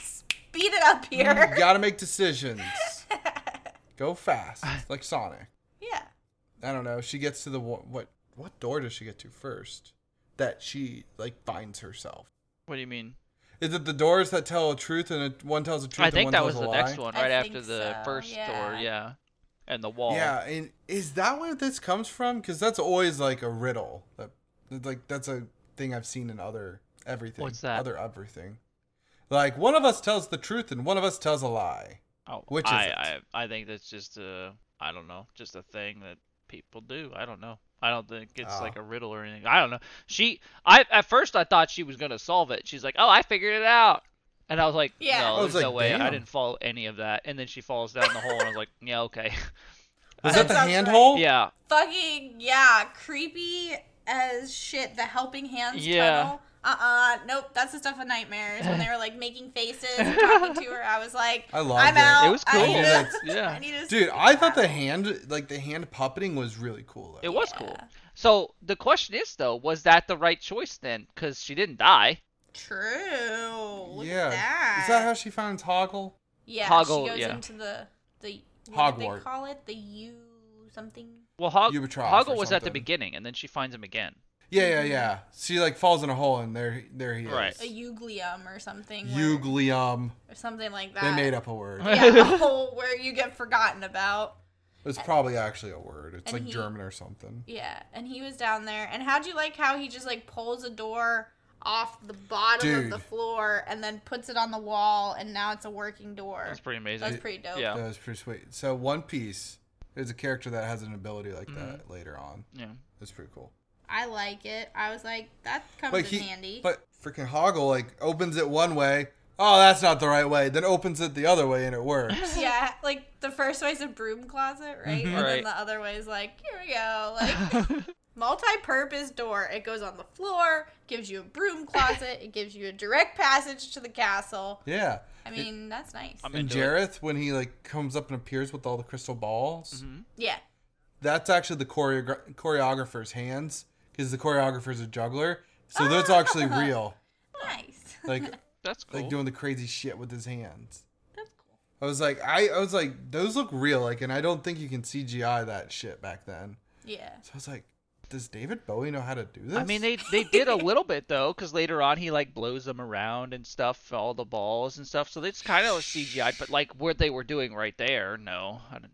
[SPEAKER 2] speed it up here
[SPEAKER 1] You
[SPEAKER 3] Oh
[SPEAKER 1] gotta make decisions. Go fast, like Sonic.
[SPEAKER 2] yeah
[SPEAKER 1] I don't know. She gets to the wa- what? What door does she get to first? That she like finds herself.
[SPEAKER 3] What do you mean?
[SPEAKER 1] Is it the doors that tell a truth and a, one tells a truth?
[SPEAKER 3] I
[SPEAKER 1] and
[SPEAKER 3] think
[SPEAKER 1] one
[SPEAKER 3] that
[SPEAKER 1] tells
[SPEAKER 3] was
[SPEAKER 1] a
[SPEAKER 3] the
[SPEAKER 1] lie?
[SPEAKER 3] next one,
[SPEAKER 2] I
[SPEAKER 3] right
[SPEAKER 2] think
[SPEAKER 3] after the
[SPEAKER 2] so,
[SPEAKER 3] first
[SPEAKER 2] yeah.
[SPEAKER 3] door, yeah, and the wall.
[SPEAKER 1] Yeah, and is that where this comes from? Because that's always like a riddle. That that's, like that's a thing I've seen in other everything.
[SPEAKER 3] What's that?
[SPEAKER 1] Other everything. Like one of us tells the truth and one of us tells a lie.
[SPEAKER 3] Oh,
[SPEAKER 1] Which is
[SPEAKER 3] I, I I think that's just a I don't know, just a thing that people do. I don't know. I don't think it's
[SPEAKER 1] Oh.
[SPEAKER 3] like a riddle or anything. I don't know. She I at first I thought she was gonna solve it. She's like, oh, I figured it out, and I was like,
[SPEAKER 2] Yeah.
[SPEAKER 3] no,
[SPEAKER 1] I was
[SPEAKER 3] there's no
[SPEAKER 1] like,
[SPEAKER 3] way. I
[SPEAKER 1] damn.
[SPEAKER 3] didn't follow any of that. And then she falls down the hole, and I was like, yeah, okay,
[SPEAKER 1] Was that
[SPEAKER 2] That
[SPEAKER 1] the
[SPEAKER 2] sounds
[SPEAKER 1] handhole?
[SPEAKER 3] yeah,
[SPEAKER 2] Fucking yeah, creepy as shit. The helping hands
[SPEAKER 3] Yeah.
[SPEAKER 2] tunnel. Uh uh nope. That's the stuff of nightmares when they were like making faces and talking to her. I was like,
[SPEAKER 1] I loved
[SPEAKER 2] I'm
[SPEAKER 1] it.
[SPEAKER 2] out.
[SPEAKER 3] It was
[SPEAKER 2] I
[SPEAKER 3] cool.
[SPEAKER 2] need
[SPEAKER 1] That's-
[SPEAKER 2] to-
[SPEAKER 3] yeah.
[SPEAKER 2] I need to
[SPEAKER 1] Dude,
[SPEAKER 2] see
[SPEAKER 1] I thought
[SPEAKER 2] that.
[SPEAKER 1] the hand, like the hand puppeting, was really cool.
[SPEAKER 3] it
[SPEAKER 1] Though.
[SPEAKER 3] was
[SPEAKER 2] Yeah.
[SPEAKER 3] cool. So the question is though, was that the right choice then? Because she didn't die.
[SPEAKER 2] True. Look
[SPEAKER 1] yeah,
[SPEAKER 2] At that.
[SPEAKER 1] is that how she found Toggle?
[SPEAKER 2] yeah,
[SPEAKER 3] Hoggle-
[SPEAKER 2] she goes
[SPEAKER 3] yeah.
[SPEAKER 2] into the the what did they
[SPEAKER 1] Hogwart.
[SPEAKER 2] call it? The U something.
[SPEAKER 3] Well, Hog-
[SPEAKER 1] You would try
[SPEAKER 3] Hoggle
[SPEAKER 1] for
[SPEAKER 3] was at the
[SPEAKER 1] something.
[SPEAKER 3] beginning, and then she finds him again.
[SPEAKER 1] Yeah, yeah, yeah. She like falls in a hole, and there, there he is.
[SPEAKER 3] Right.
[SPEAKER 2] A euglium or something. where-
[SPEAKER 1] Euglium.
[SPEAKER 2] or something like that.
[SPEAKER 1] They made up a word. It
[SPEAKER 2] Yeah, oh, where you get forgotten about.
[SPEAKER 1] was probably actually a word. It's
[SPEAKER 2] And
[SPEAKER 1] like
[SPEAKER 2] he-
[SPEAKER 1] German or something.
[SPEAKER 2] Yeah, and he was down there. And how'd you like how he just like pulls a door off the bottom of the
[SPEAKER 1] Dude.
[SPEAKER 2] floor and then puts it on the wall, and now it's a working door.
[SPEAKER 3] That's pretty amazing.
[SPEAKER 2] That's pretty dope.
[SPEAKER 3] Yeah.
[SPEAKER 1] That was pretty sweet. So One Piece, there's a character that has an ability like
[SPEAKER 3] Mm-hmm.
[SPEAKER 1] that later on.
[SPEAKER 3] Yeah.
[SPEAKER 1] That's pretty cool.
[SPEAKER 2] I like it. I was like, that comes
[SPEAKER 1] But
[SPEAKER 2] in
[SPEAKER 1] he,
[SPEAKER 2] handy.
[SPEAKER 1] but freaking Hoggle like opens it one way. Oh, that's not the right way. Then opens it the other way, and it works.
[SPEAKER 2] yeah, like the first way's a broom closet, right? And then
[SPEAKER 3] Right.
[SPEAKER 2] the other way's like, here we go, like multi-purpose door. It goes on the floor, gives you a broom closet, it gives you a direct passage to the castle.
[SPEAKER 1] yeah.
[SPEAKER 2] I mean, that's nice.
[SPEAKER 3] I'm
[SPEAKER 1] And
[SPEAKER 3] into it.
[SPEAKER 1] Jareth, when he like comes up and appears with all the crystal balls,
[SPEAKER 3] Mm-hmm.
[SPEAKER 2] yeah.
[SPEAKER 1] that's actually the choreogra- choreographer's hands because the choreographer's a juggler, so that's actually real.
[SPEAKER 2] Nice.
[SPEAKER 1] Like
[SPEAKER 3] That's cool.
[SPEAKER 1] like doing the crazy shit with his hands.
[SPEAKER 2] That's cool.
[SPEAKER 1] I was like, I, I was like, those look real. Like, and I don't think you can CGI that shit back then.
[SPEAKER 2] Yeah.
[SPEAKER 1] So I was like, does David Bowie know how to do this?
[SPEAKER 3] I mean, they they did a little bit though, because later on he like blows them around and stuff, all the balls and stuff. So it's kind of CGI, but like what they were doing right there, no. I don't-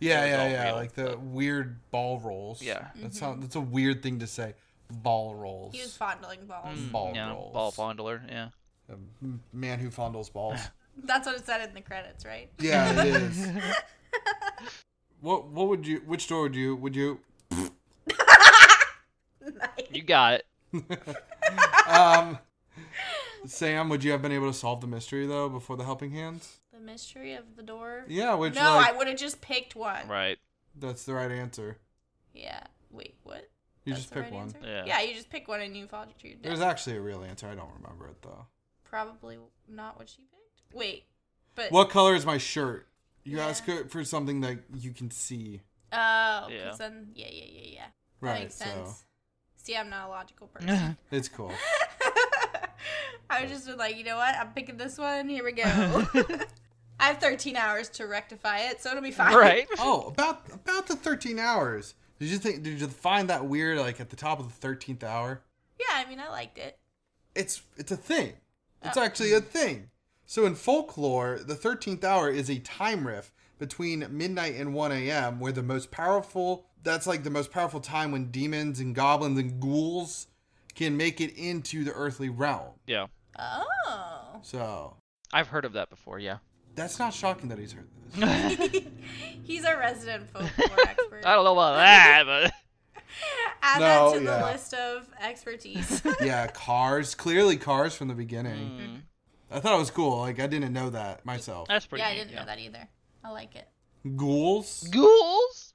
[SPEAKER 1] yeah,
[SPEAKER 3] that was
[SPEAKER 1] yeah,
[SPEAKER 3] all
[SPEAKER 1] yeah,
[SPEAKER 3] real,
[SPEAKER 1] like the
[SPEAKER 3] but-
[SPEAKER 1] weird ball rolls.
[SPEAKER 3] Yeah.
[SPEAKER 1] that's not, that's a weird thing to say. Ball rolls.
[SPEAKER 2] Mm-hmm. He was fondling balls.
[SPEAKER 3] Mm,
[SPEAKER 1] Ball
[SPEAKER 3] yeah,
[SPEAKER 1] rolls.
[SPEAKER 3] ball fondler, yeah.
[SPEAKER 1] A m- man who fondles balls.
[SPEAKER 2] That's what it said in the credits, right?
[SPEAKER 1] yeah, it is. what what would you? Which door would you? Would you?
[SPEAKER 3] You got it.
[SPEAKER 1] Um, Sam, would you have been able to solve the mystery though before the helping hands?
[SPEAKER 2] The mystery of the door.
[SPEAKER 1] Yeah, which
[SPEAKER 2] no,
[SPEAKER 1] like
[SPEAKER 2] I would have just picked one.
[SPEAKER 3] Right.
[SPEAKER 1] that's the right answer.
[SPEAKER 2] Yeah. Wait, what?
[SPEAKER 1] You
[SPEAKER 2] That's
[SPEAKER 1] just
[SPEAKER 2] the
[SPEAKER 1] pick
[SPEAKER 2] right
[SPEAKER 1] one.
[SPEAKER 2] answer?
[SPEAKER 3] Yeah.
[SPEAKER 2] Yeah, you just pick one and you fall to your death.
[SPEAKER 1] There's actually a real answer. I don't remember it though.
[SPEAKER 2] Probably not what she picked. Wait, but
[SPEAKER 1] What color is my shirt? You
[SPEAKER 2] Yeah.
[SPEAKER 1] ask it for something that you can see.
[SPEAKER 2] oh, 'cause
[SPEAKER 3] Yeah.
[SPEAKER 2] then yeah, yeah, yeah, yeah. That
[SPEAKER 1] Right.
[SPEAKER 2] makes
[SPEAKER 1] so
[SPEAKER 2] sense. See, I'm not a logical person.
[SPEAKER 1] it's cool.
[SPEAKER 2] I was just been like, you know what? I'm picking this one. Here we go. I have 13 hours to rectify it, so it'll be fine.
[SPEAKER 3] Right.
[SPEAKER 1] oh, about about the 13 hours. Did you think? Did you find that weird? Like at the top of the 13th hour,
[SPEAKER 2] Yeah, I mean, I liked it.
[SPEAKER 1] it's it's a thing. It's
[SPEAKER 2] Oh.
[SPEAKER 1] actually a thing. So in folklore, the 13th hour is a time rift between midnight and 1 a.m., where the most powerful. That's like the most powerful time when demons and goblins and ghouls can make it into the earthly realm.
[SPEAKER 3] Yeah.
[SPEAKER 2] Oh.
[SPEAKER 1] So
[SPEAKER 3] I've heard of that before. Yeah.
[SPEAKER 1] That's not shocking that he's heard this.
[SPEAKER 2] He's our resident folklore expert.
[SPEAKER 3] I don't know about that, but
[SPEAKER 2] Add
[SPEAKER 1] No,
[SPEAKER 2] that to the
[SPEAKER 1] yeah.
[SPEAKER 2] list of expertise.
[SPEAKER 1] yeah, cars. Clearly, cars from the beginning.
[SPEAKER 3] Mm,
[SPEAKER 1] I thought it was cool. Like I didn't know that myself.
[SPEAKER 3] that's pretty.
[SPEAKER 2] yeah, I
[SPEAKER 3] neat,
[SPEAKER 2] didn't know that either. I like it.
[SPEAKER 1] Ghouls.
[SPEAKER 3] Ghouls.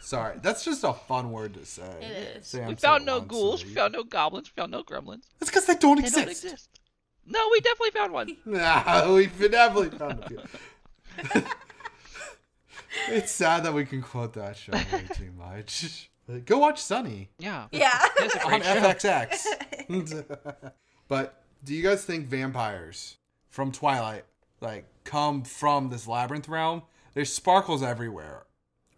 [SPEAKER 1] Sorry, that's just a fun word to say.
[SPEAKER 2] It is.
[SPEAKER 1] Sam
[SPEAKER 3] we
[SPEAKER 1] said
[SPEAKER 3] found
[SPEAKER 1] it
[SPEAKER 3] no
[SPEAKER 1] once,
[SPEAKER 3] ghouls.
[SPEAKER 1] so
[SPEAKER 3] We
[SPEAKER 1] you-
[SPEAKER 3] found no goblins. We found no gremlins.
[SPEAKER 1] It's because they don't
[SPEAKER 3] They
[SPEAKER 1] exist.
[SPEAKER 3] don't exist. No, we definitely found one.
[SPEAKER 1] Nah, we definitely found a few. it's sad that we can quote that show way too much. Go watch Sunny
[SPEAKER 3] Yeah.
[SPEAKER 2] Yeah.
[SPEAKER 3] That's a
[SPEAKER 1] on
[SPEAKER 3] great show.
[SPEAKER 1] FXX. but do you guys think vampires from Twilight like come from this labyrinth realm? There's sparkles everywhere.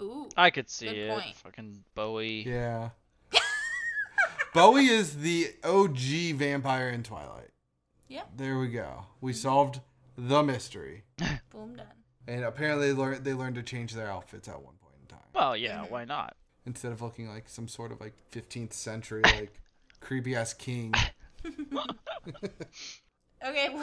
[SPEAKER 2] Ooh.
[SPEAKER 3] I could see
[SPEAKER 2] Good
[SPEAKER 3] it.
[SPEAKER 2] point.
[SPEAKER 3] Fucking Bowie.
[SPEAKER 1] Yeah. Bowie is the OG vampire in Twilight.
[SPEAKER 2] Yeah.
[SPEAKER 1] There we go. We solved the mystery.
[SPEAKER 2] Boom done.
[SPEAKER 1] And apparently they learned, they learned to change their outfits at one point in time.
[SPEAKER 3] Well, yeah,
[SPEAKER 2] Mm-hmm.
[SPEAKER 3] why not?
[SPEAKER 1] Instead of looking like some sort of like 15th century like creepy ass king.
[SPEAKER 2] Okay, well,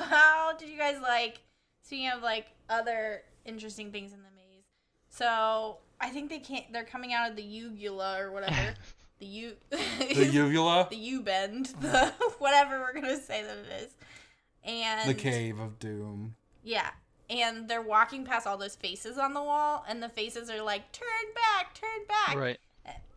[SPEAKER 2] how did you guys like Speaking of like other interesting things in the maze, so I think they can't. They're coming out of the uvula or whatever. the u.
[SPEAKER 1] The uvula,
[SPEAKER 2] the U bend, the
[SPEAKER 3] Uh-huh.
[SPEAKER 2] whatever we're gonna say that it is, and
[SPEAKER 1] the cave of doom.
[SPEAKER 2] Yeah, and they're walking past all those faces on the wall, and the faces are like, "Turn back, turn back,
[SPEAKER 3] Right.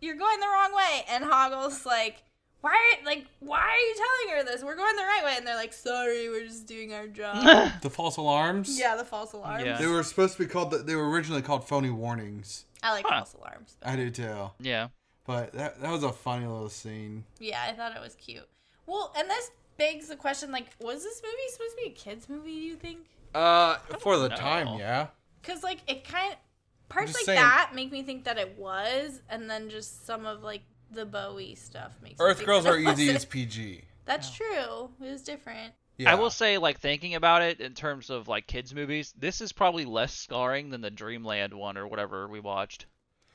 [SPEAKER 2] you're going the wrong way." And Hoggle's like, "Why? Are, like, why are you telling her this? We're going the right way." And they're like, "Sorry, we're just doing our job."
[SPEAKER 1] The false alarms.
[SPEAKER 2] yeah, the false alarms.
[SPEAKER 3] Yeah.
[SPEAKER 1] They were supposed to be called. The, they were originally called phony warnings.
[SPEAKER 2] I like
[SPEAKER 3] Huh.
[SPEAKER 2] false alarms. but-
[SPEAKER 1] I do too.
[SPEAKER 3] yeah.
[SPEAKER 1] But that that was a funny little scene.
[SPEAKER 2] Yeah, I thought it was cute. Well, and this begs the question: like, was this movie supposed to be a kids' movie? Do you think?
[SPEAKER 1] Uh, for the
[SPEAKER 3] know.
[SPEAKER 1] time, yeah.
[SPEAKER 2] Because, like, it kind of. Parts
[SPEAKER 1] just
[SPEAKER 2] like
[SPEAKER 1] saying.
[SPEAKER 2] that make me think that it was, and then just some of, like, the Bowie stuff makes me
[SPEAKER 1] Earth
[SPEAKER 2] think
[SPEAKER 1] Girls
[SPEAKER 2] that
[SPEAKER 1] are
[SPEAKER 2] it wasn't.
[SPEAKER 1] easy as PG.
[SPEAKER 2] That's true. It was different.
[SPEAKER 1] Yeah.
[SPEAKER 3] I will say, like thinking about it in terms of like kids movies, this is probably less scarring than the Dreamland one or whatever we watched.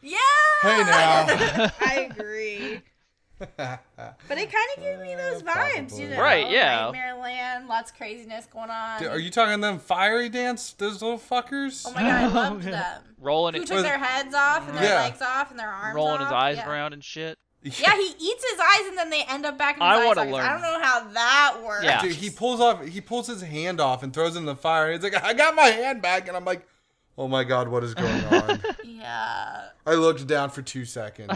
[SPEAKER 2] Yeah!
[SPEAKER 1] Hey now.
[SPEAKER 2] I agree. But it kind of gave me those
[SPEAKER 1] Uh,
[SPEAKER 2] vibes,
[SPEAKER 1] probably.
[SPEAKER 2] you know?
[SPEAKER 3] Right, yeah.
[SPEAKER 2] Nightmare Land, lots of craziness going on.
[SPEAKER 1] Dude, are you talking them fiery dance? Those little fuckers.
[SPEAKER 2] um, oh my god, I loved
[SPEAKER 3] Yeah.
[SPEAKER 2] them.
[SPEAKER 3] Rolling
[SPEAKER 2] Who
[SPEAKER 3] it,
[SPEAKER 2] took their heads off and their
[SPEAKER 1] Yeah.
[SPEAKER 2] legs off and their arms
[SPEAKER 3] rolling
[SPEAKER 2] off.
[SPEAKER 3] his eyes
[SPEAKER 2] yeah.
[SPEAKER 3] around and shit.
[SPEAKER 2] Yeah, he eats his eyes and then they end up back in his
[SPEAKER 3] I
[SPEAKER 2] eye
[SPEAKER 3] wanna
[SPEAKER 2] sockets. I don't
[SPEAKER 3] learn.
[SPEAKER 2] know how that works.
[SPEAKER 3] Yeah.
[SPEAKER 1] Dude, he pulls off. He pulls his hand off and throws it in the fire. He's like, "I got my hand back," and I'm like, "Oh my god, what is going on?"
[SPEAKER 2] Yeah.
[SPEAKER 1] I looked down for two seconds.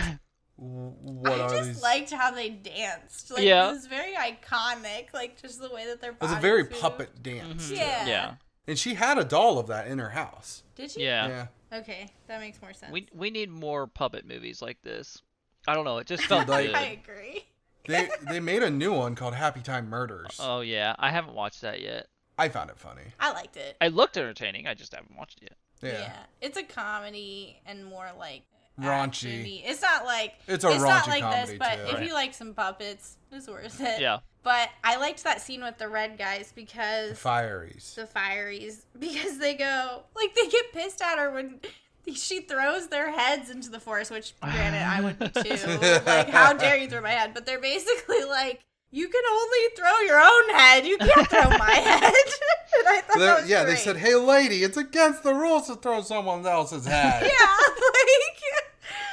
[SPEAKER 1] W- What
[SPEAKER 2] I
[SPEAKER 1] are
[SPEAKER 2] just
[SPEAKER 1] these?
[SPEAKER 2] liked how they danced. Like
[SPEAKER 3] Yeah.
[SPEAKER 2] it was very iconic, like just the way that their
[SPEAKER 1] it was
[SPEAKER 2] bodies
[SPEAKER 1] a very
[SPEAKER 2] moved.
[SPEAKER 1] puppet dance,
[SPEAKER 3] Mhm.
[SPEAKER 2] Mm-hmm. Yeah.
[SPEAKER 3] Yeah.
[SPEAKER 1] and she had a doll of that in her house.
[SPEAKER 2] Did you?
[SPEAKER 3] Yeah.
[SPEAKER 1] yeah.
[SPEAKER 2] Okay, that makes more sense.
[SPEAKER 3] We we need more puppet movies like this. I don't know. It just felt
[SPEAKER 1] Like-
[SPEAKER 3] good.
[SPEAKER 2] I agree.
[SPEAKER 1] they they made a new one called Happy Time Murders.
[SPEAKER 3] Oh yeah, I haven't watched that yet.
[SPEAKER 1] I found it funny.
[SPEAKER 2] I liked it.
[SPEAKER 3] It looked entertaining. I just haven't watched it
[SPEAKER 1] Yeah.
[SPEAKER 2] It's a comedy and more like
[SPEAKER 1] Raunchy.
[SPEAKER 2] actiony. It's not like
[SPEAKER 1] It's a
[SPEAKER 2] not
[SPEAKER 1] raunchy
[SPEAKER 2] like
[SPEAKER 1] comedy,
[SPEAKER 2] this, but
[SPEAKER 1] too.
[SPEAKER 2] if
[SPEAKER 3] Right.
[SPEAKER 2] you like some puppets, it's worth
[SPEAKER 3] yet.
[SPEAKER 2] it.
[SPEAKER 3] Yeah.
[SPEAKER 2] But I liked that scene with the red guys
[SPEAKER 1] The
[SPEAKER 2] because
[SPEAKER 1] Fieries.
[SPEAKER 2] the fieries because they go like they get pissed at her when she throws their heads into the forest which granted i would be too like how dare you throw my head but they're basically like you can only throw your own head you can't throw my head and i thought that
[SPEAKER 1] They're-
[SPEAKER 2] was
[SPEAKER 1] yeah, they
[SPEAKER 2] great.
[SPEAKER 1] said, "Hey, lady, it's against the rules to throw someone else's head.
[SPEAKER 2] yeah like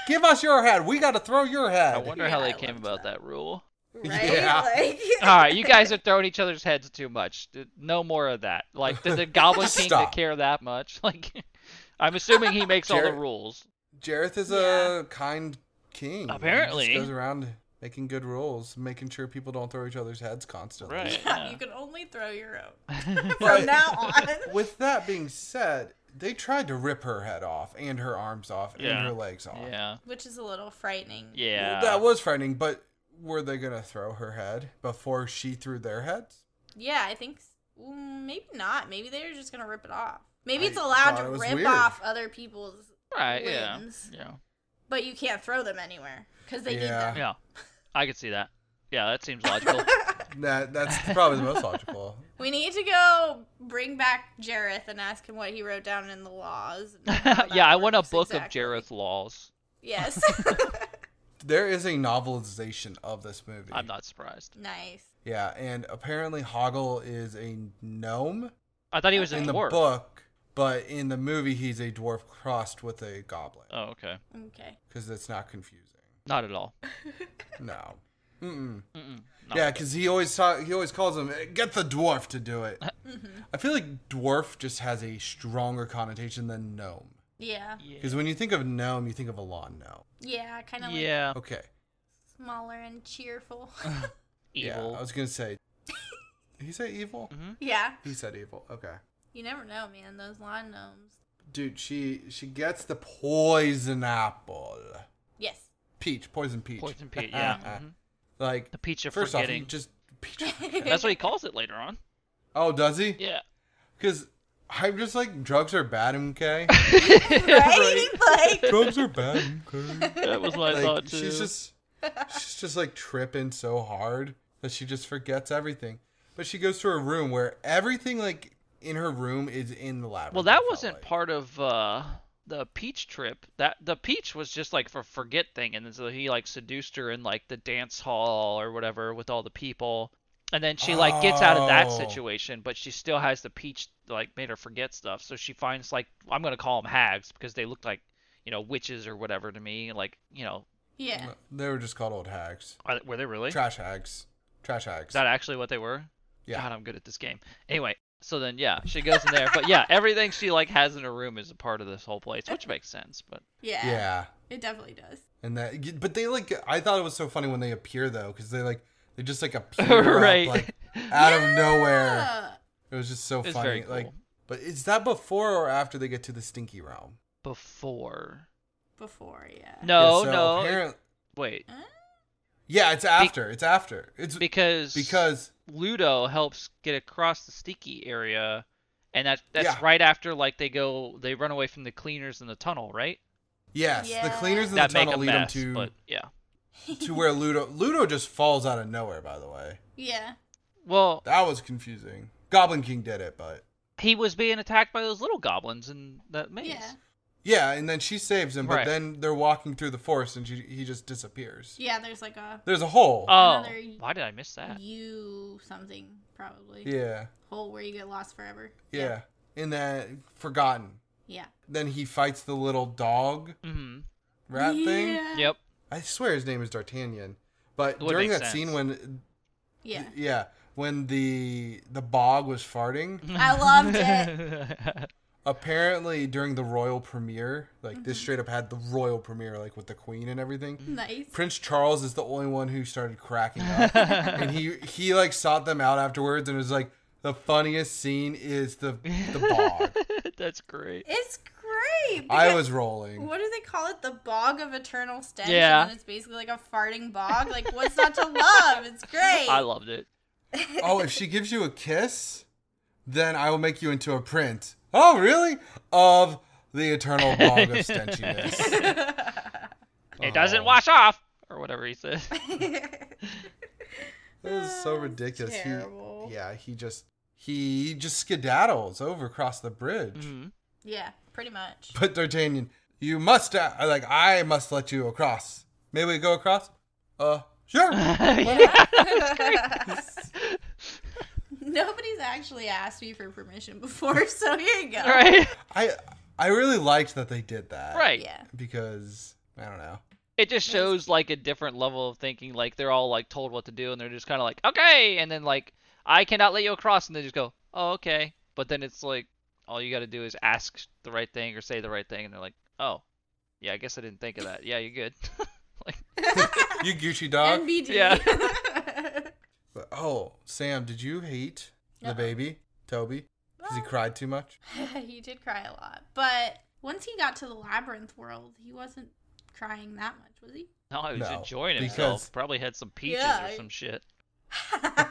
[SPEAKER 1] Give us your head. We got to throw your head."
[SPEAKER 3] I wonder
[SPEAKER 2] Yeah,
[SPEAKER 3] how
[SPEAKER 2] I
[SPEAKER 3] they came
[SPEAKER 2] loved
[SPEAKER 3] about that, rule.
[SPEAKER 2] right
[SPEAKER 1] Yeah.
[SPEAKER 2] like
[SPEAKER 3] All right, you guys are throwing each other's heads too much. D- No more of that. Like, did the Goblin King
[SPEAKER 1] Stop.
[SPEAKER 3] care that much? Like, I'm assuming he makes all
[SPEAKER 1] Jared-
[SPEAKER 3] the rules.
[SPEAKER 1] Jareth is
[SPEAKER 2] Yeah.
[SPEAKER 1] a kind king.
[SPEAKER 3] Apparently.
[SPEAKER 1] he just goes around making good rules, making sure people don't throw each other's heads constantly.
[SPEAKER 3] Right.
[SPEAKER 2] yeah, you can only throw your own
[SPEAKER 1] But
[SPEAKER 2] from now on
[SPEAKER 1] with that being said, they tried to rip her head off and her arms off
[SPEAKER 3] Yeah.
[SPEAKER 1] and her legs off.
[SPEAKER 3] yeah.
[SPEAKER 2] which is a little frightening
[SPEAKER 3] Yeah.
[SPEAKER 1] That was frightening, but were they gonna throw her head before she threw their heads?
[SPEAKER 2] Yeah, I think s- mm, maybe not. Maybe they're just gonna rip it off. Maybe
[SPEAKER 1] I
[SPEAKER 2] it's allowed
[SPEAKER 1] thought
[SPEAKER 2] to
[SPEAKER 1] it was
[SPEAKER 2] rip
[SPEAKER 1] weird.
[SPEAKER 2] off other people's,
[SPEAKER 3] right. Uh, Yeah.
[SPEAKER 2] wins.
[SPEAKER 3] Yeah.
[SPEAKER 2] but you can't throw them anywhere because they need
[SPEAKER 1] Yeah.
[SPEAKER 2] them.
[SPEAKER 3] Yeah. I could see that. Yeah, that seems logical.
[SPEAKER 1] That that's probably the most logical.
[SPEAKER 2] We need to go bring back Jareth and ask him what he wrote down in the laws. and how that
[SPEAKER 3] yeah, I want a
[SPEAKER 2] works
[SPEAKER 3] book
[SPEAKER 2] exactly.
[SPEAKER 3] of Jareth laws.
[SPEAKER 2] Yes.
[SPEAKER 1] There is a novelization of this movie.
[SPEAKER 3] I'm not surprised.
[SPEAKER 2] nice.
[SPEAKER 1] Yeah, and apparently Hoggle is a gnome
[SPEAKER 3] I thought he was a
[SPEAKER 1] in the
[SPEAKER 3] dwarf.
[SPEAKER 1] book, but in the movie he's a dwarf crossed with a goblin
[SPEAKER 3] Oh, okay.
[SPEAKER 2] Okay.
[SPEAKER 1] because it's not confusing.
[SPEAKER 3] Not at all.
[SPEAKER 1] No. Mm-mm.
[SPEAKER 3] Mm-mm.
[SPEAKER 1] Yeah, 'cause yeah, because he always ta- he always calls him "Eh, get the dwarf to do it.
[SPEAKER 2] Mm-hmm.
[SPEAKER 1] I feel like dwarf just has a stronger connotation than gnome.
[SPEAKER 2] Yeah.
[SPEAKER 3] Yeah.
[SPEAKER 1] Because when you think of gnome, you think of a lawn gnome.
[SPEAKER 2] Yeah. Kind of like
[SPEAKER 3] Yeah.
[SPEAKER 1] Okay.
[SPEAKER 2] smaller and cheerful.
[SPEAKER 3] Evil.
[SPEAKER 1] Yeah, I was gonna say. Did he say evil?
[SPEAKER 2] yeah.
[SPEAKER 1] He said evil. Okay.
[SPEAKER 2] You never know, man. Those lawn gnomes.
[SPEAKER 1] Dude, she she gets the poison apple.
[SPEAKER 2] Yes.
[SPEAKER 1] Peach, poison peach.
[SPEAKER 3] Poison Pete. Yeah. mhm.
[SPEAKER 1] Like
[SPEAKER 3] The peach of
[SPEAKER 1] first off,
[SPEAKER 3] forgetting.
[SPEAKER 1] he just peach.
[SPEAKER 3] That's what he calls it later on.
[SPEAKER 1] oh, does he?
[SPEAKER 3] Yeah.
[SPEAKER 1] Because I'm just like drugs are bad, okay.
[SPEAKER 2] right? Like.
[SPEAKER 1] drugs are bad, okay.
[SPEAKER 3] That was what I
[SPEAKER 1] Like,
[SPEAKER 3] thought too.
[SPEAKER 1] she's just she's just like tripping so hard that she just forgets everything. But she goes to her room where everything like in her room is in the lab.
[SPEAKER 3] Well, that wasn't part of uh, the peach trip. That the peach was just like for forget thing, and so he like seduced her in like the dance hall or whatever with all the people, and then she like gets out of that
[SPEAKER 1] Oh.
[SPEAKER 3] situation, but she still has the peach like made her forget stuff. So she finds like I'm gonna call them hags because they looked like you know witches or whatever to me. Like you know,
[SPEAKER 2] Yeah.
[SPEAKER 1] They were just called old hags.
[SPEAKER 3] are, were they really?
[SPEAKER 1] Trash hags. Trash hags.
[SPEAKER 3] Is that actually what they were?
[SPEAKER 1] yeah.
[SPEAKER 3] God, I'm good at this game. Anyway, so then yeah, she goes in there, but yeah, everything she like has in her room is a part of this whole place, which makes sense. But
[SPEAKER 2] yeah.
[SPEAKER 1] Yeah.
[SPEAKER 2] It definitely does.
[SPEAKER 1] And that, but they like. I thought it was so funny when they appear though, because they like they just like appear right.
[SPEAKER 3] Right.
[SPEAKER 1] like out of nowhere.
[SPEAKER 2] Yeah.
[SPEAKER 1] It was just so
[SPEAKER 3] It's
[SPEAKER 1] funny.
[SPEAKER 3] very cool.
[SPEAKER 1] Like, but is that before or after they get to the stinky realm?
[SPEAKER 3] before,
[SPEAKER 2] Before, yeah.
[SPEAKER 3] no,
[SPEAKER 1] Yeah, so
[SPEAKER 3] no,
[SPEAKER 1] apparent-
[SPEAKER 3] wait,
[SPEAKER 2] Huh?
[SPEAKER 1] yeah, it's after. it's after. It's
[SPEAKER 3] because
[SPEAKER 1] because
[SPEAKER 3] Ludo helps get across the sticky area, and that that's
[SPEAKER 1] Yeah.
[SPEAKER 3] right after like they go they run away from the cleaners in the tunnel, right?
[SPEAKER 1] yes, the
[SPEAKER 2] Yeah.
[SPEAKER 1] cleaners in
[SPEAKER 3] that
[SPEAKER 1] the
[SPEAKER 3] make a
[SPEAKER 1] tunnel lead
[SPEAKER 3] mess,
[SPEAKER 1] them to
[SPEAKER 3] but yeah.
[SPEAKER 1] to where Ludo Ludo just falls out of nowhere. By the way,
[SPEAKER 2] Yeah.
[SPEAKER 3] Well,
[SPEAKER 1] that was confusing. Goblin King did it, but
[SPEAKER 3] he was being attacked by those little goblins in that maze.
[SPEAKER 2] Yeah.
[SPEAKER 1] yeah, and then she saves him. But
[SPEAKER 3] Right.
[SPEAKER 1] then they're walking through the forest, and she, he just disappears.
[SPEAKER 2] Yeah, there's like a
[SPEAKER 1] There's a hole.
[SPEAKER 3] Oh,
[SPEAKER 2] Another-
[SPEAKER 3] why did I miss that?
[SPEAKER 2] you something probably
[SPEAKER 1] yeah,
[SPEAKER 2] hole where you get lost forever.
[SPEAKER 1] yeah, in that forgotten.
[SPEAKER 2] Yeah.
[SPEAKER 1] Then he fights the little dog
[SPEAKER 3] hmm
[SPEAKER 1] rat thing.
[SPEAKER 2] Yeah.
[SPEAKER 3] Yep.
[SPEAKER 1] I swear his name is D'Artagnan. But
[SPEAKER 3] It would
[SPEAKER 1] during
[SPEAKER 3] make
[SPEAKER 1] that scene
[SPEAKER 3] sense.
[SPEAKER 1] when
[SPEAKER 2] Yeah.
[SPEAKER 1] yeah, when the the bog was farting,
[SPEAKER 2] I loved it.
[SPEAKER 1] apparently during the royal premiere, like
[SPEAKER 2] Mm-hmm.
[SPEAKER 1] this straight up had the royal premiere like with the queen and everything.
[SPEAKER 2] nice.
[SPEAKER 1] Prince Charles is the only one who started cracking up. and he he like sought them out afterwards and was like the funniest scene is the the bog.
[SPEAKER 3] That's great.
[SPEAKER 2] It's great.
[SPEAKER 1] I
[SPEAKER 2] because-
[SPEAKER 1] was rolling.
[SPEAKER 2] What do they call it? The bog of eternal stench.
[SPEAKER 3] Yeah.
[SPEAKER 2] And then it's basically like a farting bog. Like what's not to love? It's great.
[SPEAKER 3] I loved it.
[SPEAKER 1] oh, if she gives you a kiss, then I will make you into a print. Oh, really? Of the eternal bog of stenchiness.
[SPEAKER 3] It doesn't
[SPEAKER 1] Oh.
[SPEAKER 3] wash off or whatever he said.
[SPEAKER 1] That was so
[SPEAKER 2] That's
[SPEAKER 1] ridiculous. He,
[SPEAKER 2] terrible.
[SPEAKER 1] yeah, he just he just skedaddles over across the bridge.
[SPEAKER 3] Mhm.
[SPEAKER 2] yeah, pretty much.
[SPEAKER 1] But D'Artagnan, you must uh, like I must let you across. May we go across? Uh, sure.
[SPEAKER 3] Yeah,
[SPEAKER 2] Nobody's actually asked me for permission before, so here you go.
[SPEAKER 3] right.
[SPEAKER 1] I I really liked that they did that.
[SPEAKER 3] Right.
[SPEAKER 2] Uh, Yeah.
[SPEAKER 1] Because I don't know.
[SPEAKER 3] It just shows like a different level of thinking. Like they're all like told what to do, and they're just kind of like, okay, and then like, I cannot let you across, and they just go, oh, okay. But then it's like, all you got to do is ask the right thing or say the right thing, and they're like, oh, yeah, I guess I didn't think of that. Yeah, you're good. like,
[SPEAKER 1] You Gucci
[SPEAKER 3] Uh,
[SPEAKER 1] dog.
[SPEAKER 2] NBD.
[SPEAKER 1] But- oh, Sam, did you hate
[SPEAKER 2] Uh-uh.
[SPEAKER 1] the baby, Toby? Because he cried too much?
[SPEAKER 2] he did cry a lot, but once he got to the labyrinth world, he wasn't crying that much, was he?
[SPEAKER 3] no, I was
[SPEAKER 1] No,
[SPEAKER 3] enjoying himself.
[SPEAKER 1] because-
[SPEAKER 3] Probably had some peaches
[SPEAKER 2] Yeah,
[SPEAKER 3] or
[SPEAKER 2] I-
[SPEAKER 3] some shit.
[SPEAKER 1] Oh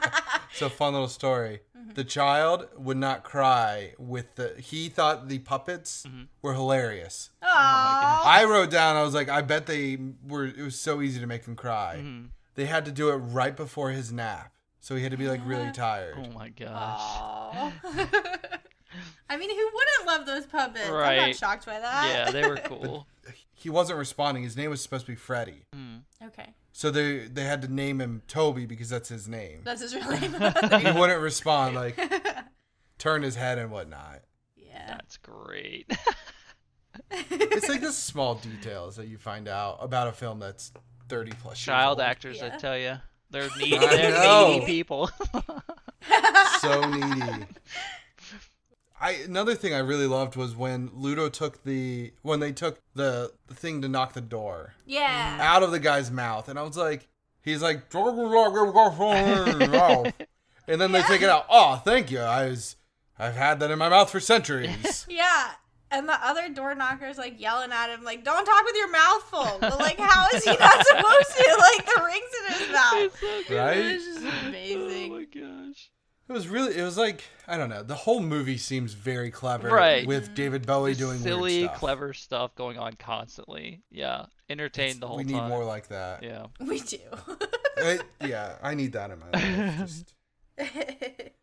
[SPEAKER 1] So, fun little story. The child would not cry with the. He thought the puppets were hilarious.
[SPEAKER 2] Aww.
[SPEAKER 1] I wrote down, I was like, I bet they were. It was so easy to make him cry.
[SPEAKER 3] Mhm.
[SPEAKER 1] They had to do it right before his nap. So he had to be like really tired.
[SPEAKER 3] Oh my gosh.
[SPEAKER 2] Aw. I mean, who wouldn't love those puppets? I'm
[SPEAKER 3] Right.
[SPEAKER 2] not shocked by
[SPEAKER 3] Yeah,
[SPEAKER 2] that.
[SPEAKER 3] they were cool. Hmm,
[SPEAKER 1] He wasn't responding. His name was supposed to be Freddy.
[SPEAKER 2] okay,
[SPEAKER 1] So they they had to name him Toby because that's his name.
[SPEAKER 2] that's his real name.
[SPEAKER 1] He wouldn't respond, like turn his head and whatnot.
[SPEAKER 2] yeah.
[SPEAKER 3] That's great.
[SPEAKER 1] It's like the small details that you find out about a film that's 30 plus years
[SPEAKER 3] Child
[SPEAKER 1] old.
[SPEAKER 3] actors, I
[SPEAKER 2] Yeah.
[SPEAKER 3] tell you, they're needy.
[SPEAKER 1] I
[SPEAKER 3] They're
[SPEAKER 1] know.
[SPEAKER 3] needy people.
[SPEAKER 1] So needy. I another thing I really loved was when Ludo took the when they took the, the thing to knock the door
[SPEAKER 2] Yeah.
[SPEAKER 1] out of the guy's mouth and I was like he's like and then they take it out. Oh, thank you. I was I've had that in my mouth for centuries.
[SPEAKER 2] Yeah. And the other door knocker's like yelling at him, like, don't talk with your mouth full. But like, how is he not supposed to? Like, the rings in his mouth.
[SPEAKER 1] Right?
[SPEAKER 2] It's just
[SPEAKER 3] Oh my
[SPEAKER 2] amazing.
[SPEAKER 3] gosh.
[SPEAKER 1] It was really. It was like I don't know. The whole movie seems very clever,
[SPEAKER 3] Right.
[SPEAKER 1] With David Bowie doing
[SPEAKER 3] Silly,
[SPEAKER 1] weird stuff.
[SPEAKER 3] clever stuff going on constantly. Yeah, entertained the whole
[SPEAKER 1] we need
[SPEAKER 3] time.
[SPEAKER 1] more like that. Yeah.
[SPEAKER 3] yeah.
[SPEAKER 2] We do.
[SPEAKER 1] I, yeah, I need that in my life. Just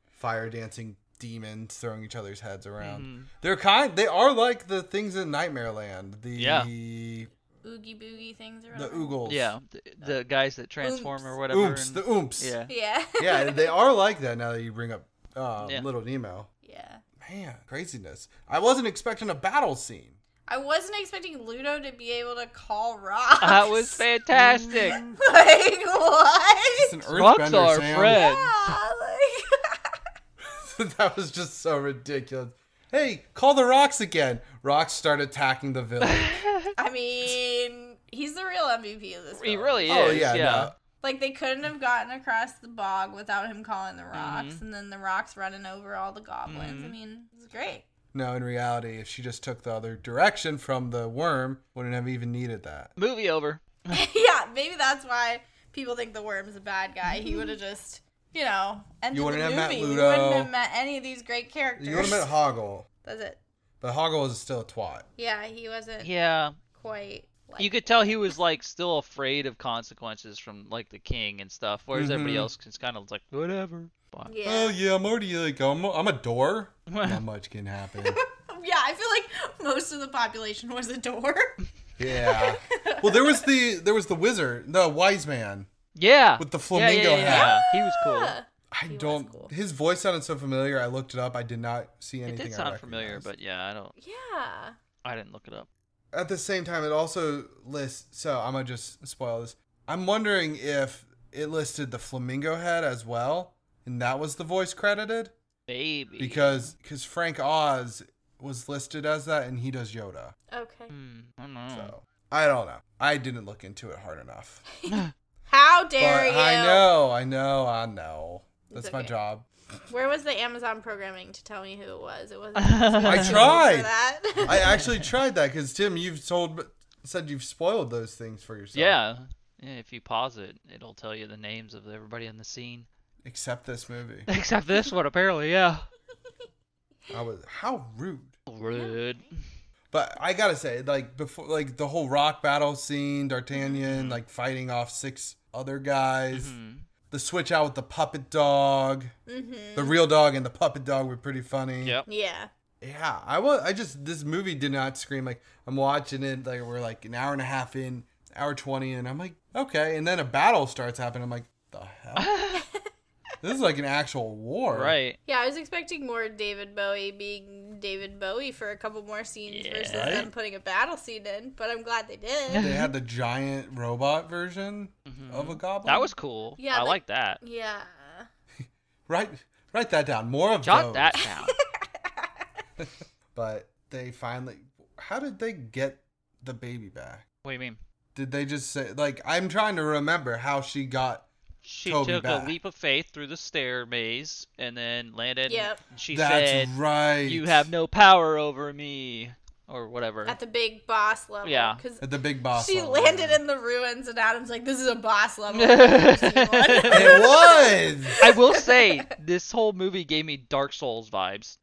[SPEAKER 1] fire dancing demons throwing each other's
[SPEAKER 3] Mm-hmm.
[SPEAKER 2] Mm-hmm.
[SPEAKER 1] heads around. They're kind. They are like the things in Nightmare Land. The
[SPEAKER 3] Yeah.
[SPEAKER 2] oogie boogie things or
[SPEAKER 1] The
[SPEAKER 2] whatever.
[SPEAKER 1] Oogles.
[SPEAKER 3] Yeah, the, the guys that transform or whatever.
[SPEAKER 1] Oomps.
[SPEAKER 3] and-
[SPEAKER 1] The Oomps.
[SPEAKER 3] yeah.
[SPEAKER 2] Yeah.
[SPEAKER 1] yeah, they are like that now that you bring up uh,
[SPEAKER 3] Yeah.
[SPEAKER 1] Little Nemo.
[SPEAKER 2] yeah.
[SPEAKER 1] Man, craziness. I wasn't expecting a battle scene.
[SPEAKER 2] I wasn't expecting Ludo to be able to call rocks.
[SPEAKER 3] That was fantastic.
[SPEAKER 2] like what?
[SPEAKER 1] It's an
[SPEAKER 3] Rocks
[SPEAKER 1] earthbender,
[SPEAKER 3] are
[SPEAKER 1] Sam.
[SPEAKER 3] friends.
[SPEAKER 2] Yeah, like
[SPEAKER 1] that was just so ridiculous. Hey, call the rocks again. Rocks start attacking the village.
[SPEAKER 2] I mean, he's the real MVP of this.
[SPEAKER 3] He
[SPEAKER 2] village.
[SPEAKER 3] really is.
[SPEAKER 1] oh
[SPEAKER 3] yeah.
[SPEAKER 1] yeah, no.
[SPEAKER 2] Like they couldn't have gotten across the bog without him calling the rocks,
[SPEAKER 1] Mm-hmm.
[SPEAKER 2] and then the rocks running over all the goblins. I
[SPEAKER 3] Mhm.
[SPEAKER 2] mean, it's great.
[SPEAKER 1] No, in reality, if she just took the other direction from the worm, wouldn't have even needed that.
[SPEAKER 3] Movie over.
[SPEAKER 2] yeah, maybe that's why people think the worm's a bad guy. He would have just, you know,
[SPEAKER 1] Mm-hmm.
[SPEAKER 2] ended
[SPEAKER 1] You wouldn't
[SPEAKER 2] the
[SPEAKER 1] have met
[SPEAKER 2] movie.
[SPEAKER 1] Ludo.
[SPEAKER 2] You wouldn't have met any of these great characters.
[SPEAKER 1] You would have met Hoggle,
[SPEAKER 2] That's it.
[SPEAKER 1] but Hoggle was still a twat.
[SPEAKER 2] Yeah, he wasn't
[SPEAKER 3] Yeah.
[SPEAKER 2] quite. Like
[SPEAKER 3] You could tell he was like still afraid of consequences from like the king and stuff, whereas everybody
[SPEAKER 1] Mhm.
[SPEAKER 3] else is kind of like whatever. But-
[SPEAKER 2] Yeah.
[SPEAKER 1] Oh yeah, I'm already like I'm, I'm a door. Not much can happen.
[SPEAKER 2] Yeah, I feel like most of the population was a door.
[SPEAKER 1] Yeah. Well, there was the there was the wizard, the wise man.
[SPEAKER 3] Yeah.
[SPEAKER 1] With the
[SPEAKER 3] Yeah, yeah,
[SPEAKER 1] flamingo
[SPEAKER 3] yeah,
[SPEAKER 1] hat.
[SPEAKER 3] yeah. He was cool.
[SPEAKER 1] I
[SPEAKER 2] He was
[SPEAKER 1] don't.
[SPEAKER 2] cool.
[SPEAKER 1] His voice sounded so familiar. I looked it up. I did not see
[SPEAKER 3] It
[SPEAKER 1] anything.
[SPEAKER 3] did
[SPEAKER 1] I
[SPEAKER 3] sound familiar,
[SPEAKER 1] recognized.
[SPEAKER 3] but yeah, I don't.
[SPEAKER 2] Yeah.
[SPEAKER 3] I didn't look it up.
[SPEAKER 1] at the same time, it also lists. So I'm gonna just spoil this. I'm wondering if it listed the flamingo head as well, and that was the voice credited
[SPEAKER 3] Baby.
[SPEAKER 1] because because Frank Oz was listed as that, and he does Yoda.
[SPEAKER 2] Okay.
[SPEAKER 3] Hmm, I don't know.
[SPEAKER 1] So I don't know. I didn't look into it hard enough.
[SPEAKER 2] How dare
[SPEAKER 1] but
[SPEAKER 2] you?
[SPEAKER 1] I know, I know, I know. That's my
[SPEAKER 2] okay.
[SPEAKER 1] job.
[SPEAKER 2] Where was the Amazon programming to tell me who it was? It wasn't.
[SPEAKER 1] I
[SPEAKER 2] for
[SPEAKER 1] tried.
[SPEAKER 2] that.
[SPEAKER 1] I actually tried that because Tim, you've told said you've spoiled those things for yourself.
[SPEAKER 3] Yeah. yeah. If you pause it, it'll tell you the names of everybody in the scene.
[SPEAKER 1] Except this movie.
[SPEAKER 3] Except this one, apparently, yeah.
[SPEAKER 1] I was how rude.
[SPEAKER 3] Rude.
[SPEAKER 1] But I gotta say, like before, like the whole rock battle scene, D'Artagnan
[SPEAKER 2] Mm-hmm.
[SPEAKER 1] like fighting off six other guys,
[SPEAKER 3] Hmm.
[SPEAKER 1] the switch out with the puppet dog,
[SPEAKER 2] Mhm.
[SPEAKER 1] the real dog and the puppet dog were pretty funny.
[SPEAKER 3] Yep.
[SPEAKER 2] Yeah.
[SPEAKER 1] Yeah, I was. I just this movie did not scream like I'm watching it. Like we're like an hour and a half in, hour twenty, and I'm like okay, and then a battle starts happening. I'm like the hell. This is like an actual war.
[SPEAKER 3] Right.
[SPEAKER 2] Yeah, I was expecting more David Bowie being David Bowie for a couple more scenes
[SPEAKER 3] Yeah.
[SPEAKER 2] versus
[SPEAKER 1] Right?
[SPEAKER 2] them putting a battle scene in, but I'm glad they did.
[SPEAKER 1] They had the giant robot version of a goblin.
[SPEAKER 3] Mm-hmm. That was cool.
[SPEAKER 2] Yeah,
[SPEAKER 3] I
[SPEAKER 2] like-
[SPEAKER 3] like that.
[SPEAKER 2] yeah.
[SPEAKER 1] Right. Write that down. More of
[SPEAKER 3] Jot
[SPEAKER 1] those.
[SPEAKER 3] that down.
[SPEAKER 1] But they finally. How did they get the baby back?
[SPEAKER 3] what do you mean?
[SPEAKER 1] Did they just say like I'm trying to remember how she got?
[SPEAKER 3] She
[SPEAKER 1] Toby
[SPEAKER 3] took
[SPEAKER 1] back.
[SPEAKER 3] a leap of faith through the stair maze and then landed. Yeah.
[SPEAKER 2] Yep.
[SPEAKER 3] She
[SPEAKER 1] That's
[SPEAKER 3] said,
[SPEAKER 1] right.
[SPEAKER 3] "You have no power over me," or whatever.
[SPEAKER 2] At the big boss level.
[SPEAKER 3] Yeah.
[SPEAKER 2] Because
[SPEAKER 1] At the big boss.
[SPEAKER 2] she
[SPEAKER 1] level.
[SPEAKER 2] landed in the ruins, and Adam's like, this is a boss level. I've never seen one."
[SPEAKER 1] It was.
[SPEAKER 3] I will say this whole movie gave me Dark Souls vibes.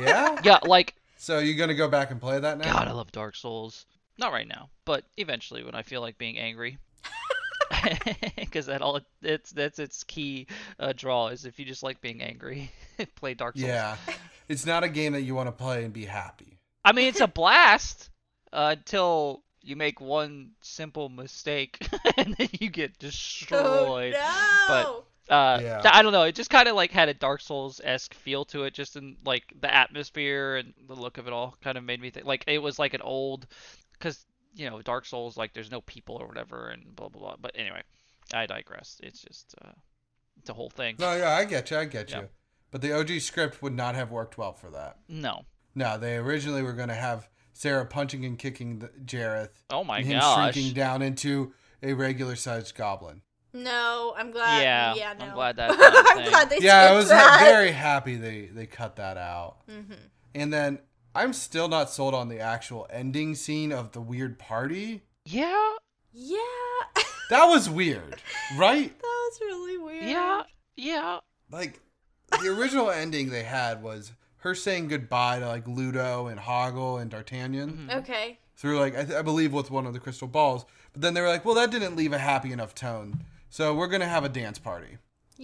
[SPEAKER 1] Yeah.
[SPEAKER 3] Yeah, like
[SPEAKER 1] So you gonna go back and play that now?
[SPEAKER 3] God, I love Dark Souls. Not right now, but eventually when I feel like being angry. Because that all it's that's its key uh, draw is if you just like being angry, play Dark Souls.
[SPEAKER 1] Yeah. It's not a game that you want to play and be happy.
[SPEAKER 3] I mean, it's a blast uh, until you make one simple mistake and then you get destroyed.
[SPEAKER 2] Oh, no.
[SPEAKER 3] But uh,
[SPEAKER 1] Yeah.
[SPEAKER 3] th- I don't know. It just kind of like had a Dark Souls esque feel to it, just in like the atmosphere and the look of it all. Kind of made me think like it was like an old, because you know Dark Souls like there's no people or whatever and blah blah blah. But anyway, I digress. It's just uh, the whole thing.
[SPEAKER 1] No, yeah, I get you. I get
[SPEAKER 3] Yeah.
[SPEAKER 1] you. But the OG script would not have worked well for that.
[SPEAKER 3] No.
[SPEAKER 1] No, they originally were gonna have Sarah punching and kicking the, Jareth.
[SPEAKER 3] Oh my
[SPEAKER 1] and him
[SPEAKER 3] gosh.
[SPEAKER 1] shrinking down into a regular sized goblin.
[SPEAKER 2] No, I'm glad.
[SPEAKER 3] Yeah,
[SPEAKER 2] Yeah,
[SPEAKER 3] I'm
[SPEAKER 2] no.
[SPEAKER 3] glad that's not a
[SPEAKER 2] I'm
[SPEAKER 3] thing.
[SPEAKER 2] glad they
[SPEAKER 1] yeah, I was ha-
[SPEAKER 2] that. Mm-hmm.
[SPEAKER 1] very happy they they cut that out. And then I'm still not sold on the actual ending scene of the weird party.
[SPEAKER 3] Yeah.
[SPEAKER 2] Yeah, that
[SPEAKER 1] That was weird, right?
[SPEAKER 2] was really weird.
[SPEAKER 3] Yeah. Yeah.
[SPEAKER 1] Like the original ending they had was her saying goodbye to like Ludo and Hoggle and D'Artagnan
[SPEAKER 3] Mm-hmm.
[SPEAKER 2] Okay.
[SPEAKER 1] through like I, th- I believe with one of the crystal balls. But then they were like, well, that didn't leave a happy enough tone, so we're gonna have a dance party.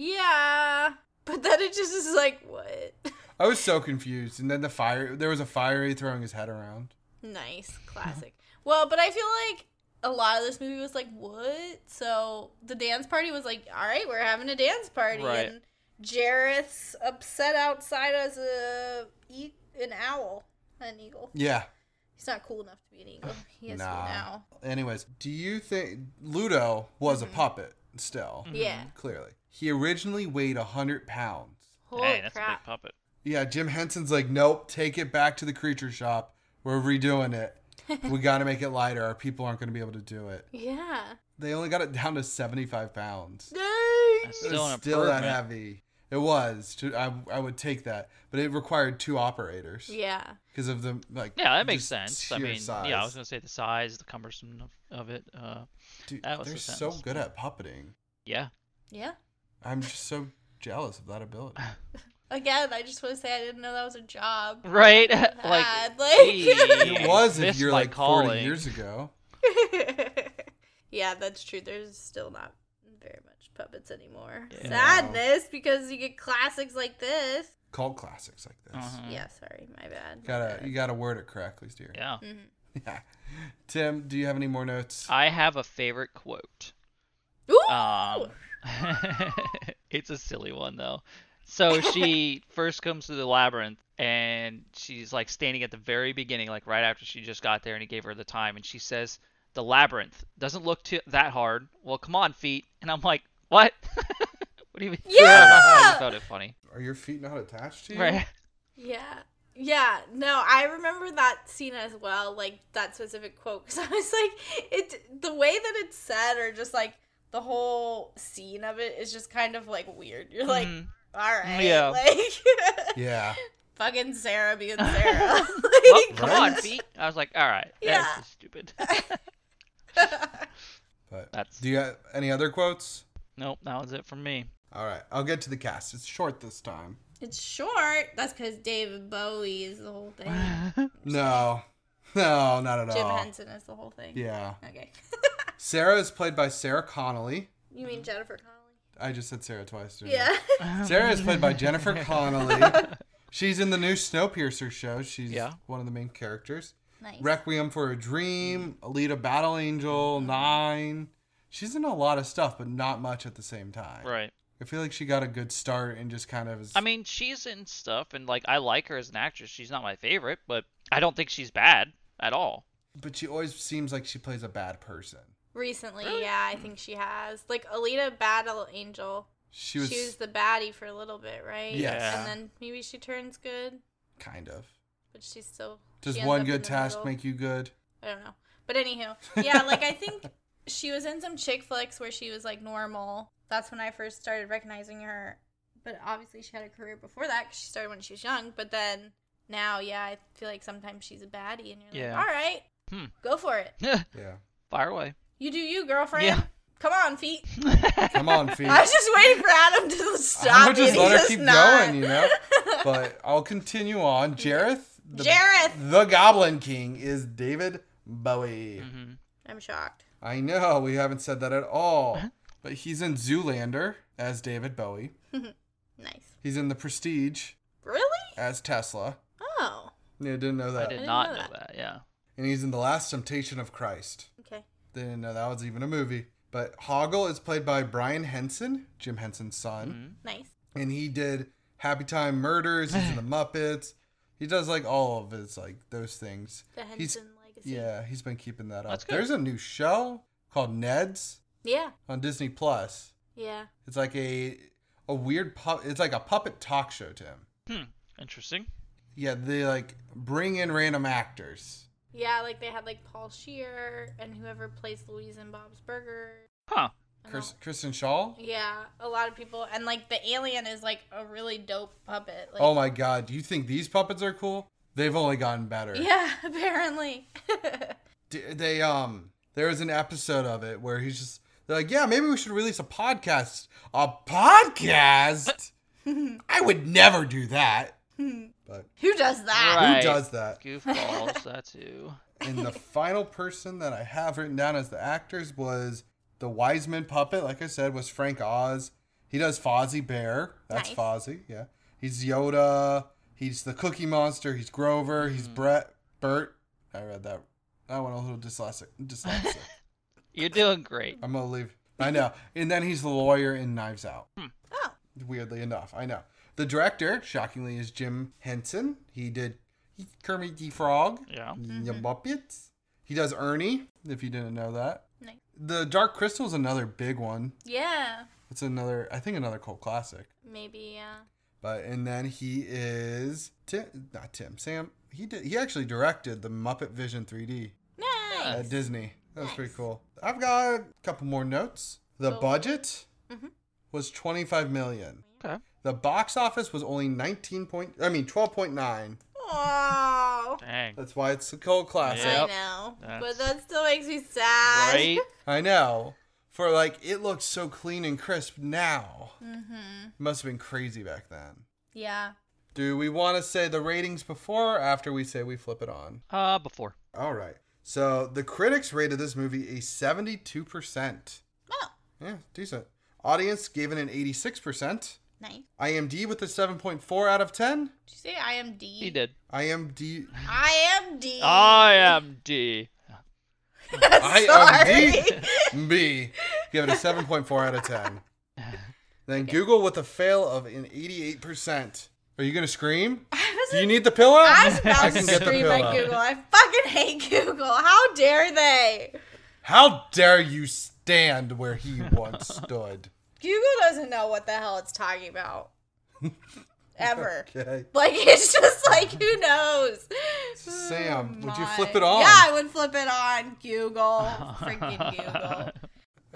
[SPEAKER 2] Yeah, but then it just is like what?
[SPEAKER 1] I was so confused. And then the fire, there was a fiery throwing his head around.
[SPEAKER 2] nice, classic. well, but I feel like a lot of this movie was like what? So the dance party was like, all right, we're having a dance party,
[SPEAKER 3] Right.
[SPEAKER 2] and Jareth's upset outside as a e- an owl, not an eagle.
[SPEAKER 1] Yeah.
[SPEAKER 2] He's not cool enough to be an eagle. He has to be an
[SPEAKER 1] Nah.
[SPEAKER 2] owl.
[SPEAKER 1] Anyways, do you think Ludo was a puppet still?
[SPEAKER 3] Mm-hmm.
[SPEAKER 2] Yeah.
[SPEAKER 1] Clearly. He originally weighed 100 pounds.
[SPEAKER 2] Holy
[SPEAKER 3] hey, that's a big
[SPEAKER 2] Oh, crap!
[SPEAKER 3] puppet.
[SPEAKER 1] Yeah, Jim Henson's like, nope, take it back to the creature shop. We're redoing it. we got to make it lighter. Our people aren't going to be able to do it.
[SPEAKER 2] yeah.
[SPEAKER 1] They only got it down to 75 pounds.
[SPEAKER 3] That's
[SPEAKER 1] It
[SPEAKER 3] still
[SPEAKER 1] was
[SPEAKER 3] an
[SPEAKER 1] still that
[SPEAKER 3] improvement.
[SPEAKER 1] heavy. It was. To- I, I would take that. But it required two operators
[SPEAKER 2] Yeah.
[SPEAKER 1] because of the, like,
[SPEAKER 3] Yeah, that makes
[SPEAKER 1] just
[SPEAKER 3] sense. I
[SPEAKER 1] sheer
[SPEAKER 3] mean, yeah, I
[SPEAKER 1] size.
[SPEAKER 3] was gonna say the size, the cumbersome of, of it. Uh,
[SPEAKER 1] Dude,
[SPEAKER 3] that was
[SPEAKER 1] they're
[SPEAKER 3] the
[SPEAKER 1] so
[SPEAKER 3] sentence.
[SPEAKER 1] good at puppeting.
[SPEAKER 3] yeah,
[SPEAKER 2] Yeah.
[SPEAKER 1] I'm just so jealous of that ability.
[SPEAKER 2] Again, I just want to say I didn't know that was a job.
[SPEAKER 3] right. like,
[SPEAKER 2] Bad,
[SPEAKER 3] geez,
[SPEAKER 1] It was if
[SPEAKER 3] missed
[SPEAKER 1] you're
[SPEAKER 3] my
[SPEAKER 1] like 40
[SPEAKER 3] calling.
[SPEAKER 1] years ago.
[SPEAKER 2] yeah, that's true. There's still not very much puppets anymore.
[SPEAKER 3] Yeah.
[SPEAKER 2] Sadness because you get classics like this.
[SPEAKER 1] Cult classics like this.
[SPEAKER 3] Mhm.
[SPEAKER 2] Yeah, sorry, my bad. Mm-hmm. my
[SPEAKER 1] Gotta,
[SPEAKER 2] bad.
[SPEAKER 1] you gotta word it correctly, dear.
[SPEAKER 3] Yeah.
[SPEAKER 1] Yeah. Tim, do you have any more notes?
[SPEAKER 3] I have a favorite quote.
[SPEAKER 2] Ooh!
[SPEAKER 3] Um, it's a silly one though. So she first comes to the labyrinth and she's like standing at the very beginning, like right after she just got there and he gave her the time, and she says, "The labyrinth doesn't look too that hard. Well, come on, feet." And I'm like, "What? what do you mean?" I just
[SPEAKER 2] yeah! Mm-hmm.
[SPEAKER 3] thought it funny,
[SPEAKER 1] Are your feet not attached to you?
[SPEAKER 3] right?
[SPEAKER 2] Yeah. Yeah, no, I remember that scene as well, like that specific quote, because I was like, it, the way that it's said, or just like the whole scene of it is just kind of like weird. You're like,
[SPEAKER 3] Mhm.
[SPEAKER 2] all right,
[SPEAKER 3] Yeah.
[SPEAKER 2] like,
[SPEAKER 1] Yeah.
[SPEAKER 2] fucking Sarah being Sarah. like,
[SPEAKER 3] Well, Oh, come on,
[SPEAKER 1] Right?
[SPEAKER 3] feet. I was like, "All right,
[SPEAKER 2] Yeah.
[SPEAKER 3] that's just stupid."
[SPEAKER 1] But
[SPEAKER 3] That's-
[SPEAKER 1] do you have any other quotes?
[SPEAKER 3] nope, that was it from me.
[SPEAKER 1] All right. I'll get to the cast. It's short this time.
[SPEAKER 2] it's short. That's because David Bowie is the whole thing.
[SPEAKER 1] No. No, not at
[SPEAKER 2] Jim
[SPEAKER 1] all.
[SPEAKER 2] Henson is the whole thing.
[SPEAKER 1] Oh. Yeah.
[SPEAKER 2] Okay.
[SPEAKER 1] Sarah is played by Sarah Connolly.
[SPEAKER 2] you
[SPEAKER 3] Mm.
[SPEAKER 2] mean Jennifer Connelly?
[SPEAKER 1] I just said Sarah twice. didn't I?
[SPEAKER 2] Yeah.
[SPEAKER 1] Sarah is played by Jennifer Connolly. She's in the new Snowpiercer show. She's
[SPEAKER 3] Yeah.
[SPEAKER 1] one of the main characters.
[SPEAKER 2] nice.
[SPEAKER 1] Requiem for a Dream, Alita Battle Angel, Nine. She's in a lot of stuff, but not much at the same time.
[SPEAKER 3] right.
[SPEAKER 1] I feel like she got a good start and just kind of. Is,
[SPEAKER 3] I mean, she's in stuff, and like I like her as an actress. She's not my favorite, but I don't think she's bad at all.
[SPEAKER 1] but she always seems like she plays a bad person.
[SPEAKER 2] Recently, yeah, I think she has. Like Alita Battle Angel.
[SPEAKER 1] She was,
[SPEAKER 2] she was the baddie for a little bit, right?
[SPEAKER 1] Yes.
[SPEAKER 3] Yeah.
[SPEAKER 2] And then maybe she turns good,
[SPEAKER 1] kind of.
[SPEAKER 2] but she's still.
[SPEAKER 1] Does
[SPEAKER 2] she ends
[SPEAKER 1] one
[SPEAKER 2] up in
[SPEAKER 1] good
[SPEAKER 2] the
[SPEAKER 1] task
[SPEAKER 2] middle.
[SPEAKER 1] make you good?
[SPEAKER 2] I don't know. But anywho, yeah, like I think she was in some chick flicks where she was like normal. That's when I first started recognizing her. But obviously, she had a career before that 'cause she started when she was young. But then now, yeah, I feel like sometimes she's a baddie, and you're
[SPEAKER 3] Yeah.
[SPEAKER 2] like, all right,
[SPEAKER 3] Hmm.
[SPEAKER 2] go for it.
[SPEAKER 1] Yeah.
[SPEAKER 3] Fire away.
[SPEAKER 2] You do you, girlfriend.
[SPEAKER 3] Yeah.
[SPEAKER 2] Come on, feet.
[SPEAKER 1] Come on, Fee.
[SPEAKER 2] I was just waiting for Adam to
[SPEAKER 1] I
[SPEAKER 2] stop.
[SPEAKER 1] would just
[SPEAKER 2] and
[SPEAKER 1] let
[SPEAKER 2] he's
[SPEAKER 1] her keep
[SPEAKER 2] not.
[SPEAKER 1] going, you know? But I'll continue on. Jareth. The,
[SPEAKER 2] Jareth!
[SPEAKER 1] The Goblin King is David Bowie.
[SPEAKER 3] hmm
[SPEAKER 2] I'm shocked.
[SPEAKER 1] I know we haven't said that at all. But he's in Zoolander as David Bowie.
[SPEAKER 2] Nice.
[SPEAKER 1] He's in The Prestige
[SPEAKER 2] Really?
[SPEAKER 1] as Tesla.
[SPEAKER 2] Oh.
[SPEAKER 1] Yeah, didn't know
[SPEAKER 3] I
[SPEAKER 1] that.
[SPEAKER 3] did
[SPEAKER 2] didn't
[SPEAKER 3] not
[SPEAKER 2] know
[SPEAKER 3] know
[SPEAKER 2] that.
[SPEAKER 3] that. Yeah.
[SPEAKER 1] And he's in The Last Temptation of Christ.
[SPEAKER 2] Okay.
[SPEAKER 1] Didn't know that was even a movie. But Hoggle is played by Brian Henson, Jim Henson's
[SPEAKER 3] Mm-hmm.
[SPEAKER 1] son.
[SPEAKER 2] Nice.
[SPEAKER 1] And he did Happy Time Murders, he's in The Muppets. He does like all of his like those things.
[SPEAKER 2] The
[SPEAKER 1] He's-
[SPEAKER 2] Henson legacy.
[SPEAKER 1] Yeah, he's been keeping that up.
[SPEAKER 3] That's good.
[SPEAKER 1] There's a new show called Ned's
[SPEAKER 2] Yeah.
[SPEAKER 1] on Disney Plus.
[SPEAKER 2] Yeah.
[SPEAKER 1] It's like a a weird pu- it's like a puppet talk show to him.
[SPEAKER 3] Hmm. Interesting.
[SPEAKER 1] Yeah, they like bring in random actors.
[SPEAKER 2] Yeah, like they had like Paul Shear and whoever plays Louise in Bob's Burger.
[SPEAKER 3] Huh.
[SPEAKER 2] and
[SPEAKER 1] Chris,
[SPEAKER 2] all-
[SPEAKER 1] Kristen Shaw?
[SPEAKER 2] Yeah, a lot of people and like the alien is like a really dope puppet. Like,
[SPEAKER 1] oh my god, do you think these puppets are cool? They've only gotten better.
[SPEAKER 2] Yeah, apparently.
[SPEAKER 1] D- they um there was an episode of it where he's just they're like, "Yeah, maybe we should release a podcast." A podcast? I would never do that. But
[SPEAKER 2] Who does that?
[SPEAKER 3] Right.
[SPEAKER 1] who does that?
[SPEAKER 3] Goofballs. that's who.
[SPEAKER 1] And the final person that I have written down as the actors was the Wiseman puppet. Like I said, was Frank Oz. He does Fozzie Bear. That's
[SPEAKER 2] Nice.
[SPEAKER 1] Fozzie. Yeah. He's Yoda. He's the Cookie Monster. He's Grover. He's Brett. Bert. I read that. I went a little dyslexic. Dyslexic.
[SPEAKER 3] You're doing great.
[SPEAKER 1] I'm gonna leave. I know. And then he's the lawyer in Knives Out.
[SPEAKER 2] Oh,
[SPEAKER 1] Weirdly enough, I know. The director, shockingly, is Jim Henson. He did Kermit the Frog.
[SPEAKER 3] Yeah.
[SPEAKER 1] Ya Muppets. He does Ernie. If you didn't know that.
[SPEAKER 2] Nice.
[SPEAKER 1] The Dark Crystal is another big one.
[SPEAKER 2] yeah.
[SPEAKER 1] It's another, I think, another cult classic.
[SPEAKER 2] Maybe, uh, yeah.
[SPEAKER 1] But and then he is Tim, not Tim, Sam. He did. He actually directed the Muppet Vision 3D
[SPEAKER 2] Nice.
[SPEAKER 1] at Disney. That was pretty
[SPEAKER 2] Nice.
[SPEAKER 1] cool. I've got a couple more notes. The
[SPEAKER 2] Cool.
[SPEAKER 1] budget
[SPEAKER 2] Mhm.
[SPEAKER 1] was 25 million.
[SPEAKER 3] Okay.
[SPEAKER 1] The box office was only 19 point. I mean 12.9.
[SPEAKER 2] Oh.
[SPEAKER 3] Dang.
[SPEAKER 1] That's why it's a cult classic.
[SPEAKER 3] Yep.
[SPEAKER 2] I know.
[SPEAKER 3] That's-
[SPEAKER 2] But that still makes me sad.
[SPEAKER 3] Right?
[SPEAKER 1] I know. For like, it looks so clean and crisp now.
[SPEAKER 2] hmm
[SPEAKER 1] Must have been crazy back then.
[SPEAKER 2] Yeah.
[SPEAKER 1] Do we want to say the ratings before or after we say we flip it on?
[SPEAKER 3] Uh, before.
[SPEAKER 1] All right. So the critics rated this movie a 72%.
[SPEAKER 2] Oh,
[SPEAKER 1] Yeah, decent. Audience gave it an 86%.
[SPEAKER 2] nice. Did
[SPEAKER 1] IMD with a 7.4 out of 10.
[SPEAKER 2] you say IMD?
[SPEAKER 3] He did. Ah,
[SPEAKER 1] IMD.
[SPEAKER 2] IMD.
[SPEAKER 3] I am D.
[SPEAKER 2] Sorry.
[SPEAKER 1] IMDb give it a 7.4 out of 10. Then Google with a fail of an 88%. Are you going to scream?
[SPEAKER 2] I was
[SPEAKER 1] Do you need the pillow?
[SPEAKER 2] I was
[SPEAKER 1] I
[SPEAKER 2] about to
[SPEAKER 1] can get the
[SPEAKER 2] scream at
[SPEAKER 1] pillow.
[SPEAKER 2] Google. I fucking hate Google. How dare they?
[SPEAKER 1] How dare you stand where he once stood?
[SPEAKER 2] Google doesn't know what the hell it's talking about. Ever.
[SPEAKER 1] Okay.
[SPEAKER 2] Like it's just like who knows.
[SPEAKER 1] Sam,
[SPEAKER 2] Oh
[SPEAKER 1] would you
[SPEAKER 2] my.
[SPEAKER 1] flip it on?
[SPEAKER 2] Yeah, I would flip it on Google. Freaking Google.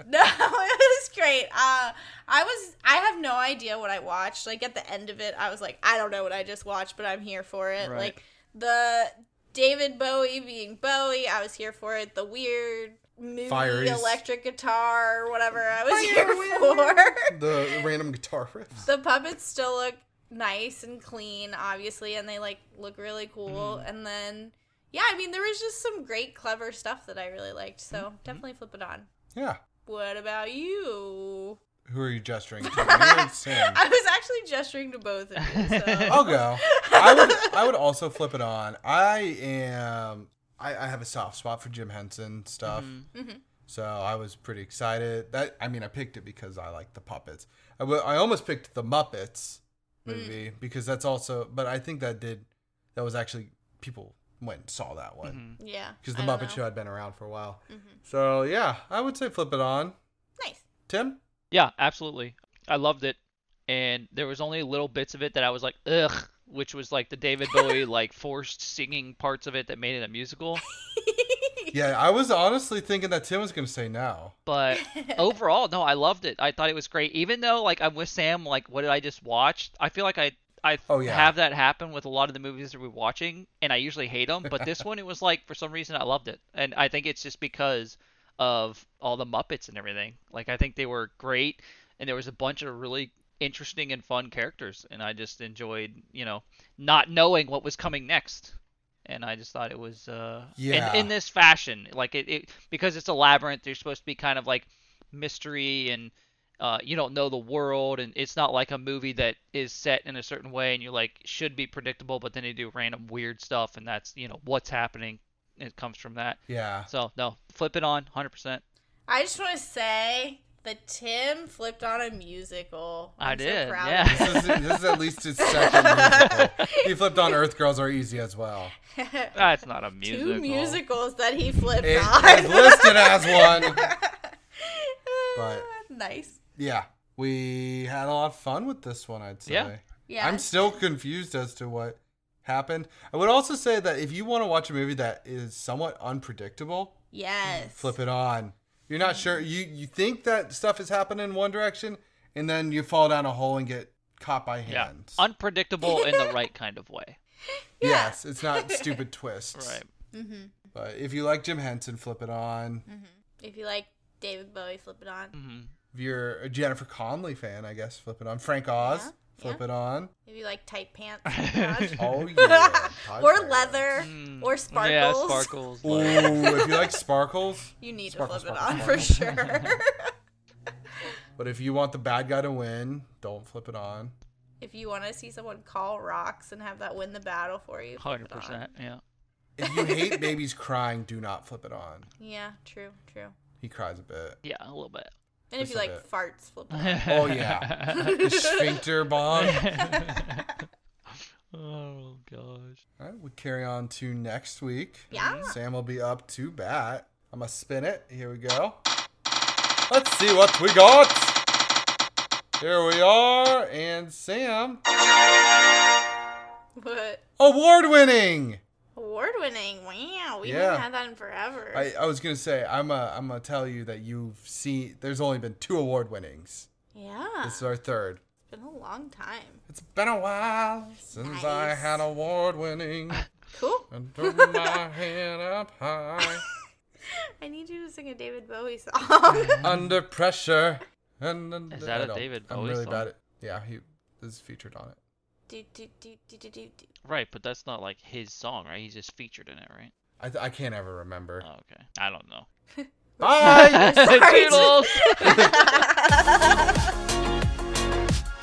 [SPEAKER 2] No, it was great. Uh, I was I have no idea what I watched. Like at the end of it, I was like, I don't know what I just watched, but I'm here for it.
[SPEAKER 3] Right.
[SPEAKER 2] Like the David Bowie being Bowie, I was here for it. The weird movie
[SPEAKER 1] Fires.
[SPEAKER 2] electric guitar or whatever, I was here for.
[SPEAKER 1] The random guitar riffs.
[SPEAKER 2] the puppets still look nice and clean obviously and they like look really cool
[SPEAKER 3] Mm-hmm.
[SPEAKER 2] and then yeah i mean there was just some great clever stuff that i really liked so
[SPEAKER 3] Mm-hmm.
[SPEAKER 2] definitely flip it on
[SPEAKER 1] Yeah.
[SPEAKER 2] what about you
[SPEAKER 1] Who are you gesturing to? You or Sam?
[SPEAKER 2] i was actually gesturing to both of you so
[SPEAKER 1] I'll go. I would. I would also flip it on. I am. I, I have a soft spot for Jim Henson stuff,
[SPEAKER 3] Mm-hmm.
[SPEAKER 2] Mhm.
[SPEAKER 1] so I was pretty excited. That I mean, I picked it because I like the puppets. I, w- I almost picked the Muppets movie
[SPEAKER 2] Mm.
[SPEAKER 1] because that's also. But I think that did. That was actually people went and saw that
[SPEAKER 3] Mm-hmm.
[SPEAKER 1] one
[SPEAKER 2] yeah
[SPEAKER 1] because the
[SPEAKER 2] Mm-hmm. I don't
[SPEAKER 1] Muppet
[SPEAKER 2] know. Mm-hmm.
[SPEAKER 1] Show had been around for a while. So yeah, I would say flip it on.
[SPEAKER 2] nice
[SPEAKER 1] Tim.
[SPEAKER 3] Yeah, absolutely. I loved it, and there was only little bits of it that I was like, ugh, which was like the David Bowie like forced singing parts of it that made it a musical.
[SPEAKER 1] Yeah, I was honestly thinking that Tim was gonna say no.
[SPEAKER 3] But overall, no, I loved it. I thought it was great. Even though like I'm with Sam, like what did I just watch? I feel like I I
[SPEAKER 1] Oh, yeah.
[SPEAKER 3] have that happen with a lot of the movies that we're watching, and I usually hate them. But this one, it was like for some reason I loved it, and I think it's just because of all the Muppets and everything. Like I think they were great, and there was a bunch of really interesting and fun characters, and I just enjoyed you know not knowing what was coming next and I just thought it was uh
[SPEAKER 1] Yeah.
[SPEAKER 3] in, in this fashion like it, it because it's a labyrinth there's supposed to be kind of like mystery and uh, you don't know the world and it's not like a movie that is set in a certain way and you're like should be predictable but then they do random weird stuff and that's you know what's happening it comes from that
[SPEAKER 1] Yeah.
[SPEAKER 3] so no flip it on 100%
[SPEAKER 2] i just want to say that tim flipped on a musical
[SPEAKER 3] I
[SPEAKER 2] I'm so
[SPEAKER 3] did,
[SPEAKER 2] proud of
[SPEAKER 3] yeah.
[SPEAKER 2] him.
[SPEAKER 1] this, is, this is at least his second musical. He flipped on Earth Girls Are Easy as well.
[SPEAKER 3] that's not a
[SPEAKER 2] two
[SPEAKER 3] musical
[SPEAKER 2] musicals that he flipped
[SPEAKER 1] It
[SPEAKER 2] on
[SPEAKER 1] is listed as one. But-
[SPEAKER 2] nice.
[SPEAKER 1] Yeah. We had a lot of fun with this one, I'd say.
[SPEAKER 3] Yeah.
[SPEAKER 2] Yeah.
[SPEAKER 1] I'm still confused as to what happened. I would also say that if you want to watch a movie that is somewhat unpredictable,
[SPEAKER 2] yes.
[SPEAKER 1] flip it on. You're not sure. You, you think that stuff is happening in one direction, and then you fall down a hole and get caught by
[SPEAKER 3] yeah
[SPEAKER 1] hands.
[SPEAKER 3] unpredictable in the right kind of way
[SPEAKER 1] Yes, it's not stupid twists.
[SPEAKER 3] right
[SPEAKER 2] Mm-hmm,
[SPEAKER 1] But if you like Jim Henson, flip it on.
[SPEAKER 2] If you like David Bowie, flip it on.
[SPEAKER 3] hmm
[SPEAKER 1] If you're a Jennifer Conley fan, I guess flip it on. Frank Oz,
[SPEAKER 2] Yeah,
[SPEAKER 1] flip
[SPEAKER 2] yeah.
[SPEAKER 1] it on.
[SPEAKER 2] If you like tight pants, flip it on.
[SPEAKER 1] Oh yeah.
[SPEAKER 2] or leather,
[SPEAKER 3] Mm,
[SPEAKER 2] or sparkles.
[SPEAKER 3] yeah sparkles
[SPEAKER 1] Ooh,
[SPEAKER 3] like-
[SPEAKER 1] if you like sparkles,
[SPEAKER 2] You need
[SPEAKER 1] Sparkle,
[SPEAKER 2] to flip
[SPEAKER 1] sparkle,
[SPEAKER 2] it on for sure.
[SPEAKER 1] but if you want the bad guy to win, don't flip it on.
[SPEAKER 2] if you want to see someone call rocks and have that win the battle for you, flip
[SPEAKER 3] uh,
[SPEAKER 2] it on.
[SPEAKER 3] 100% yeah
[SPEAKER 1] If you hate babies crying, do not flip it on.
[SPEAKER 2] Yeah, true, true.
[SPEAKER 1] He cries a bit.
[SPEAKER 3] Yeah, a little bit.
[SPEAKER 2] And if
[SPEAKER 1] Just
[SPEAKER 2] you
[SPEAKER 1] a
[SPEAKER 2] like
[SPEAKER 1] bit.
[SPEAKER 2] farts, flip it.
[SPEAKER 1] Oh, yeah. The sphincter bomb.
[SPEAKER 3] oh gosh.
[SPEAKER 1] All right, we carry on to next week.
[SPEAKER 2] Yeah.
[SPEAKER 1] Sam will be up to bat. I'm gonna spin it. Here we go. Let's see what we got. Here we are, and Sam,
[SPEAKER 2] But
[SPEAKER 1] award-winning.
[SPEAKER 2] award winning. Wow, we
[SPEAKER 1] Yeah.
[SPEAKER 2] haven't had that in forever.
[SPEAKER 1] I, I was gonna say I'm uh, I'm gonna tell you that you've seen. There's only been two award winnings.
[SPEAKER 2] yeah.
[SPEAKER 1] This is our third.
[SPEAKER 2] It's been a long time.
[SPEAKER 1] It's been a while since I
[SPEAKER 2] Nice.
[SPEAKER 1] had award winning.
[SPEAKER 2] Cool.
[SPEAKER 1] and threw my hand up high.
[SPEAKER 2] I need you to sing a David Bowie song.
[SPEAKER 1] Under pressure. And, and-
[SPEAKER 3] Is that
[SPEAKER 1] I
[SPEAKER 3] a
[SPEAKER 1] don't-
[SPEAKER 3] David
[SPEAKER 1] I'm
[SPEAKER 3] Bowie
[SPEAKER 1] really
[SPEAKER 3] song?
[SPEAKER 1] bad at Yeah, he is featured on it.
[SPEAKER 2] do, do, do, do, do, do, do.
[SPEAKER 3] Right, but that's not like his song, right? He's just featured in it, right?
[SPEAKER 1] I, th- I can't ever remember.
[SPEAKER 3] Oh, okay. I don't know.
[SPEAKER 1] Bye.
[SPEAKER 3] Toodles!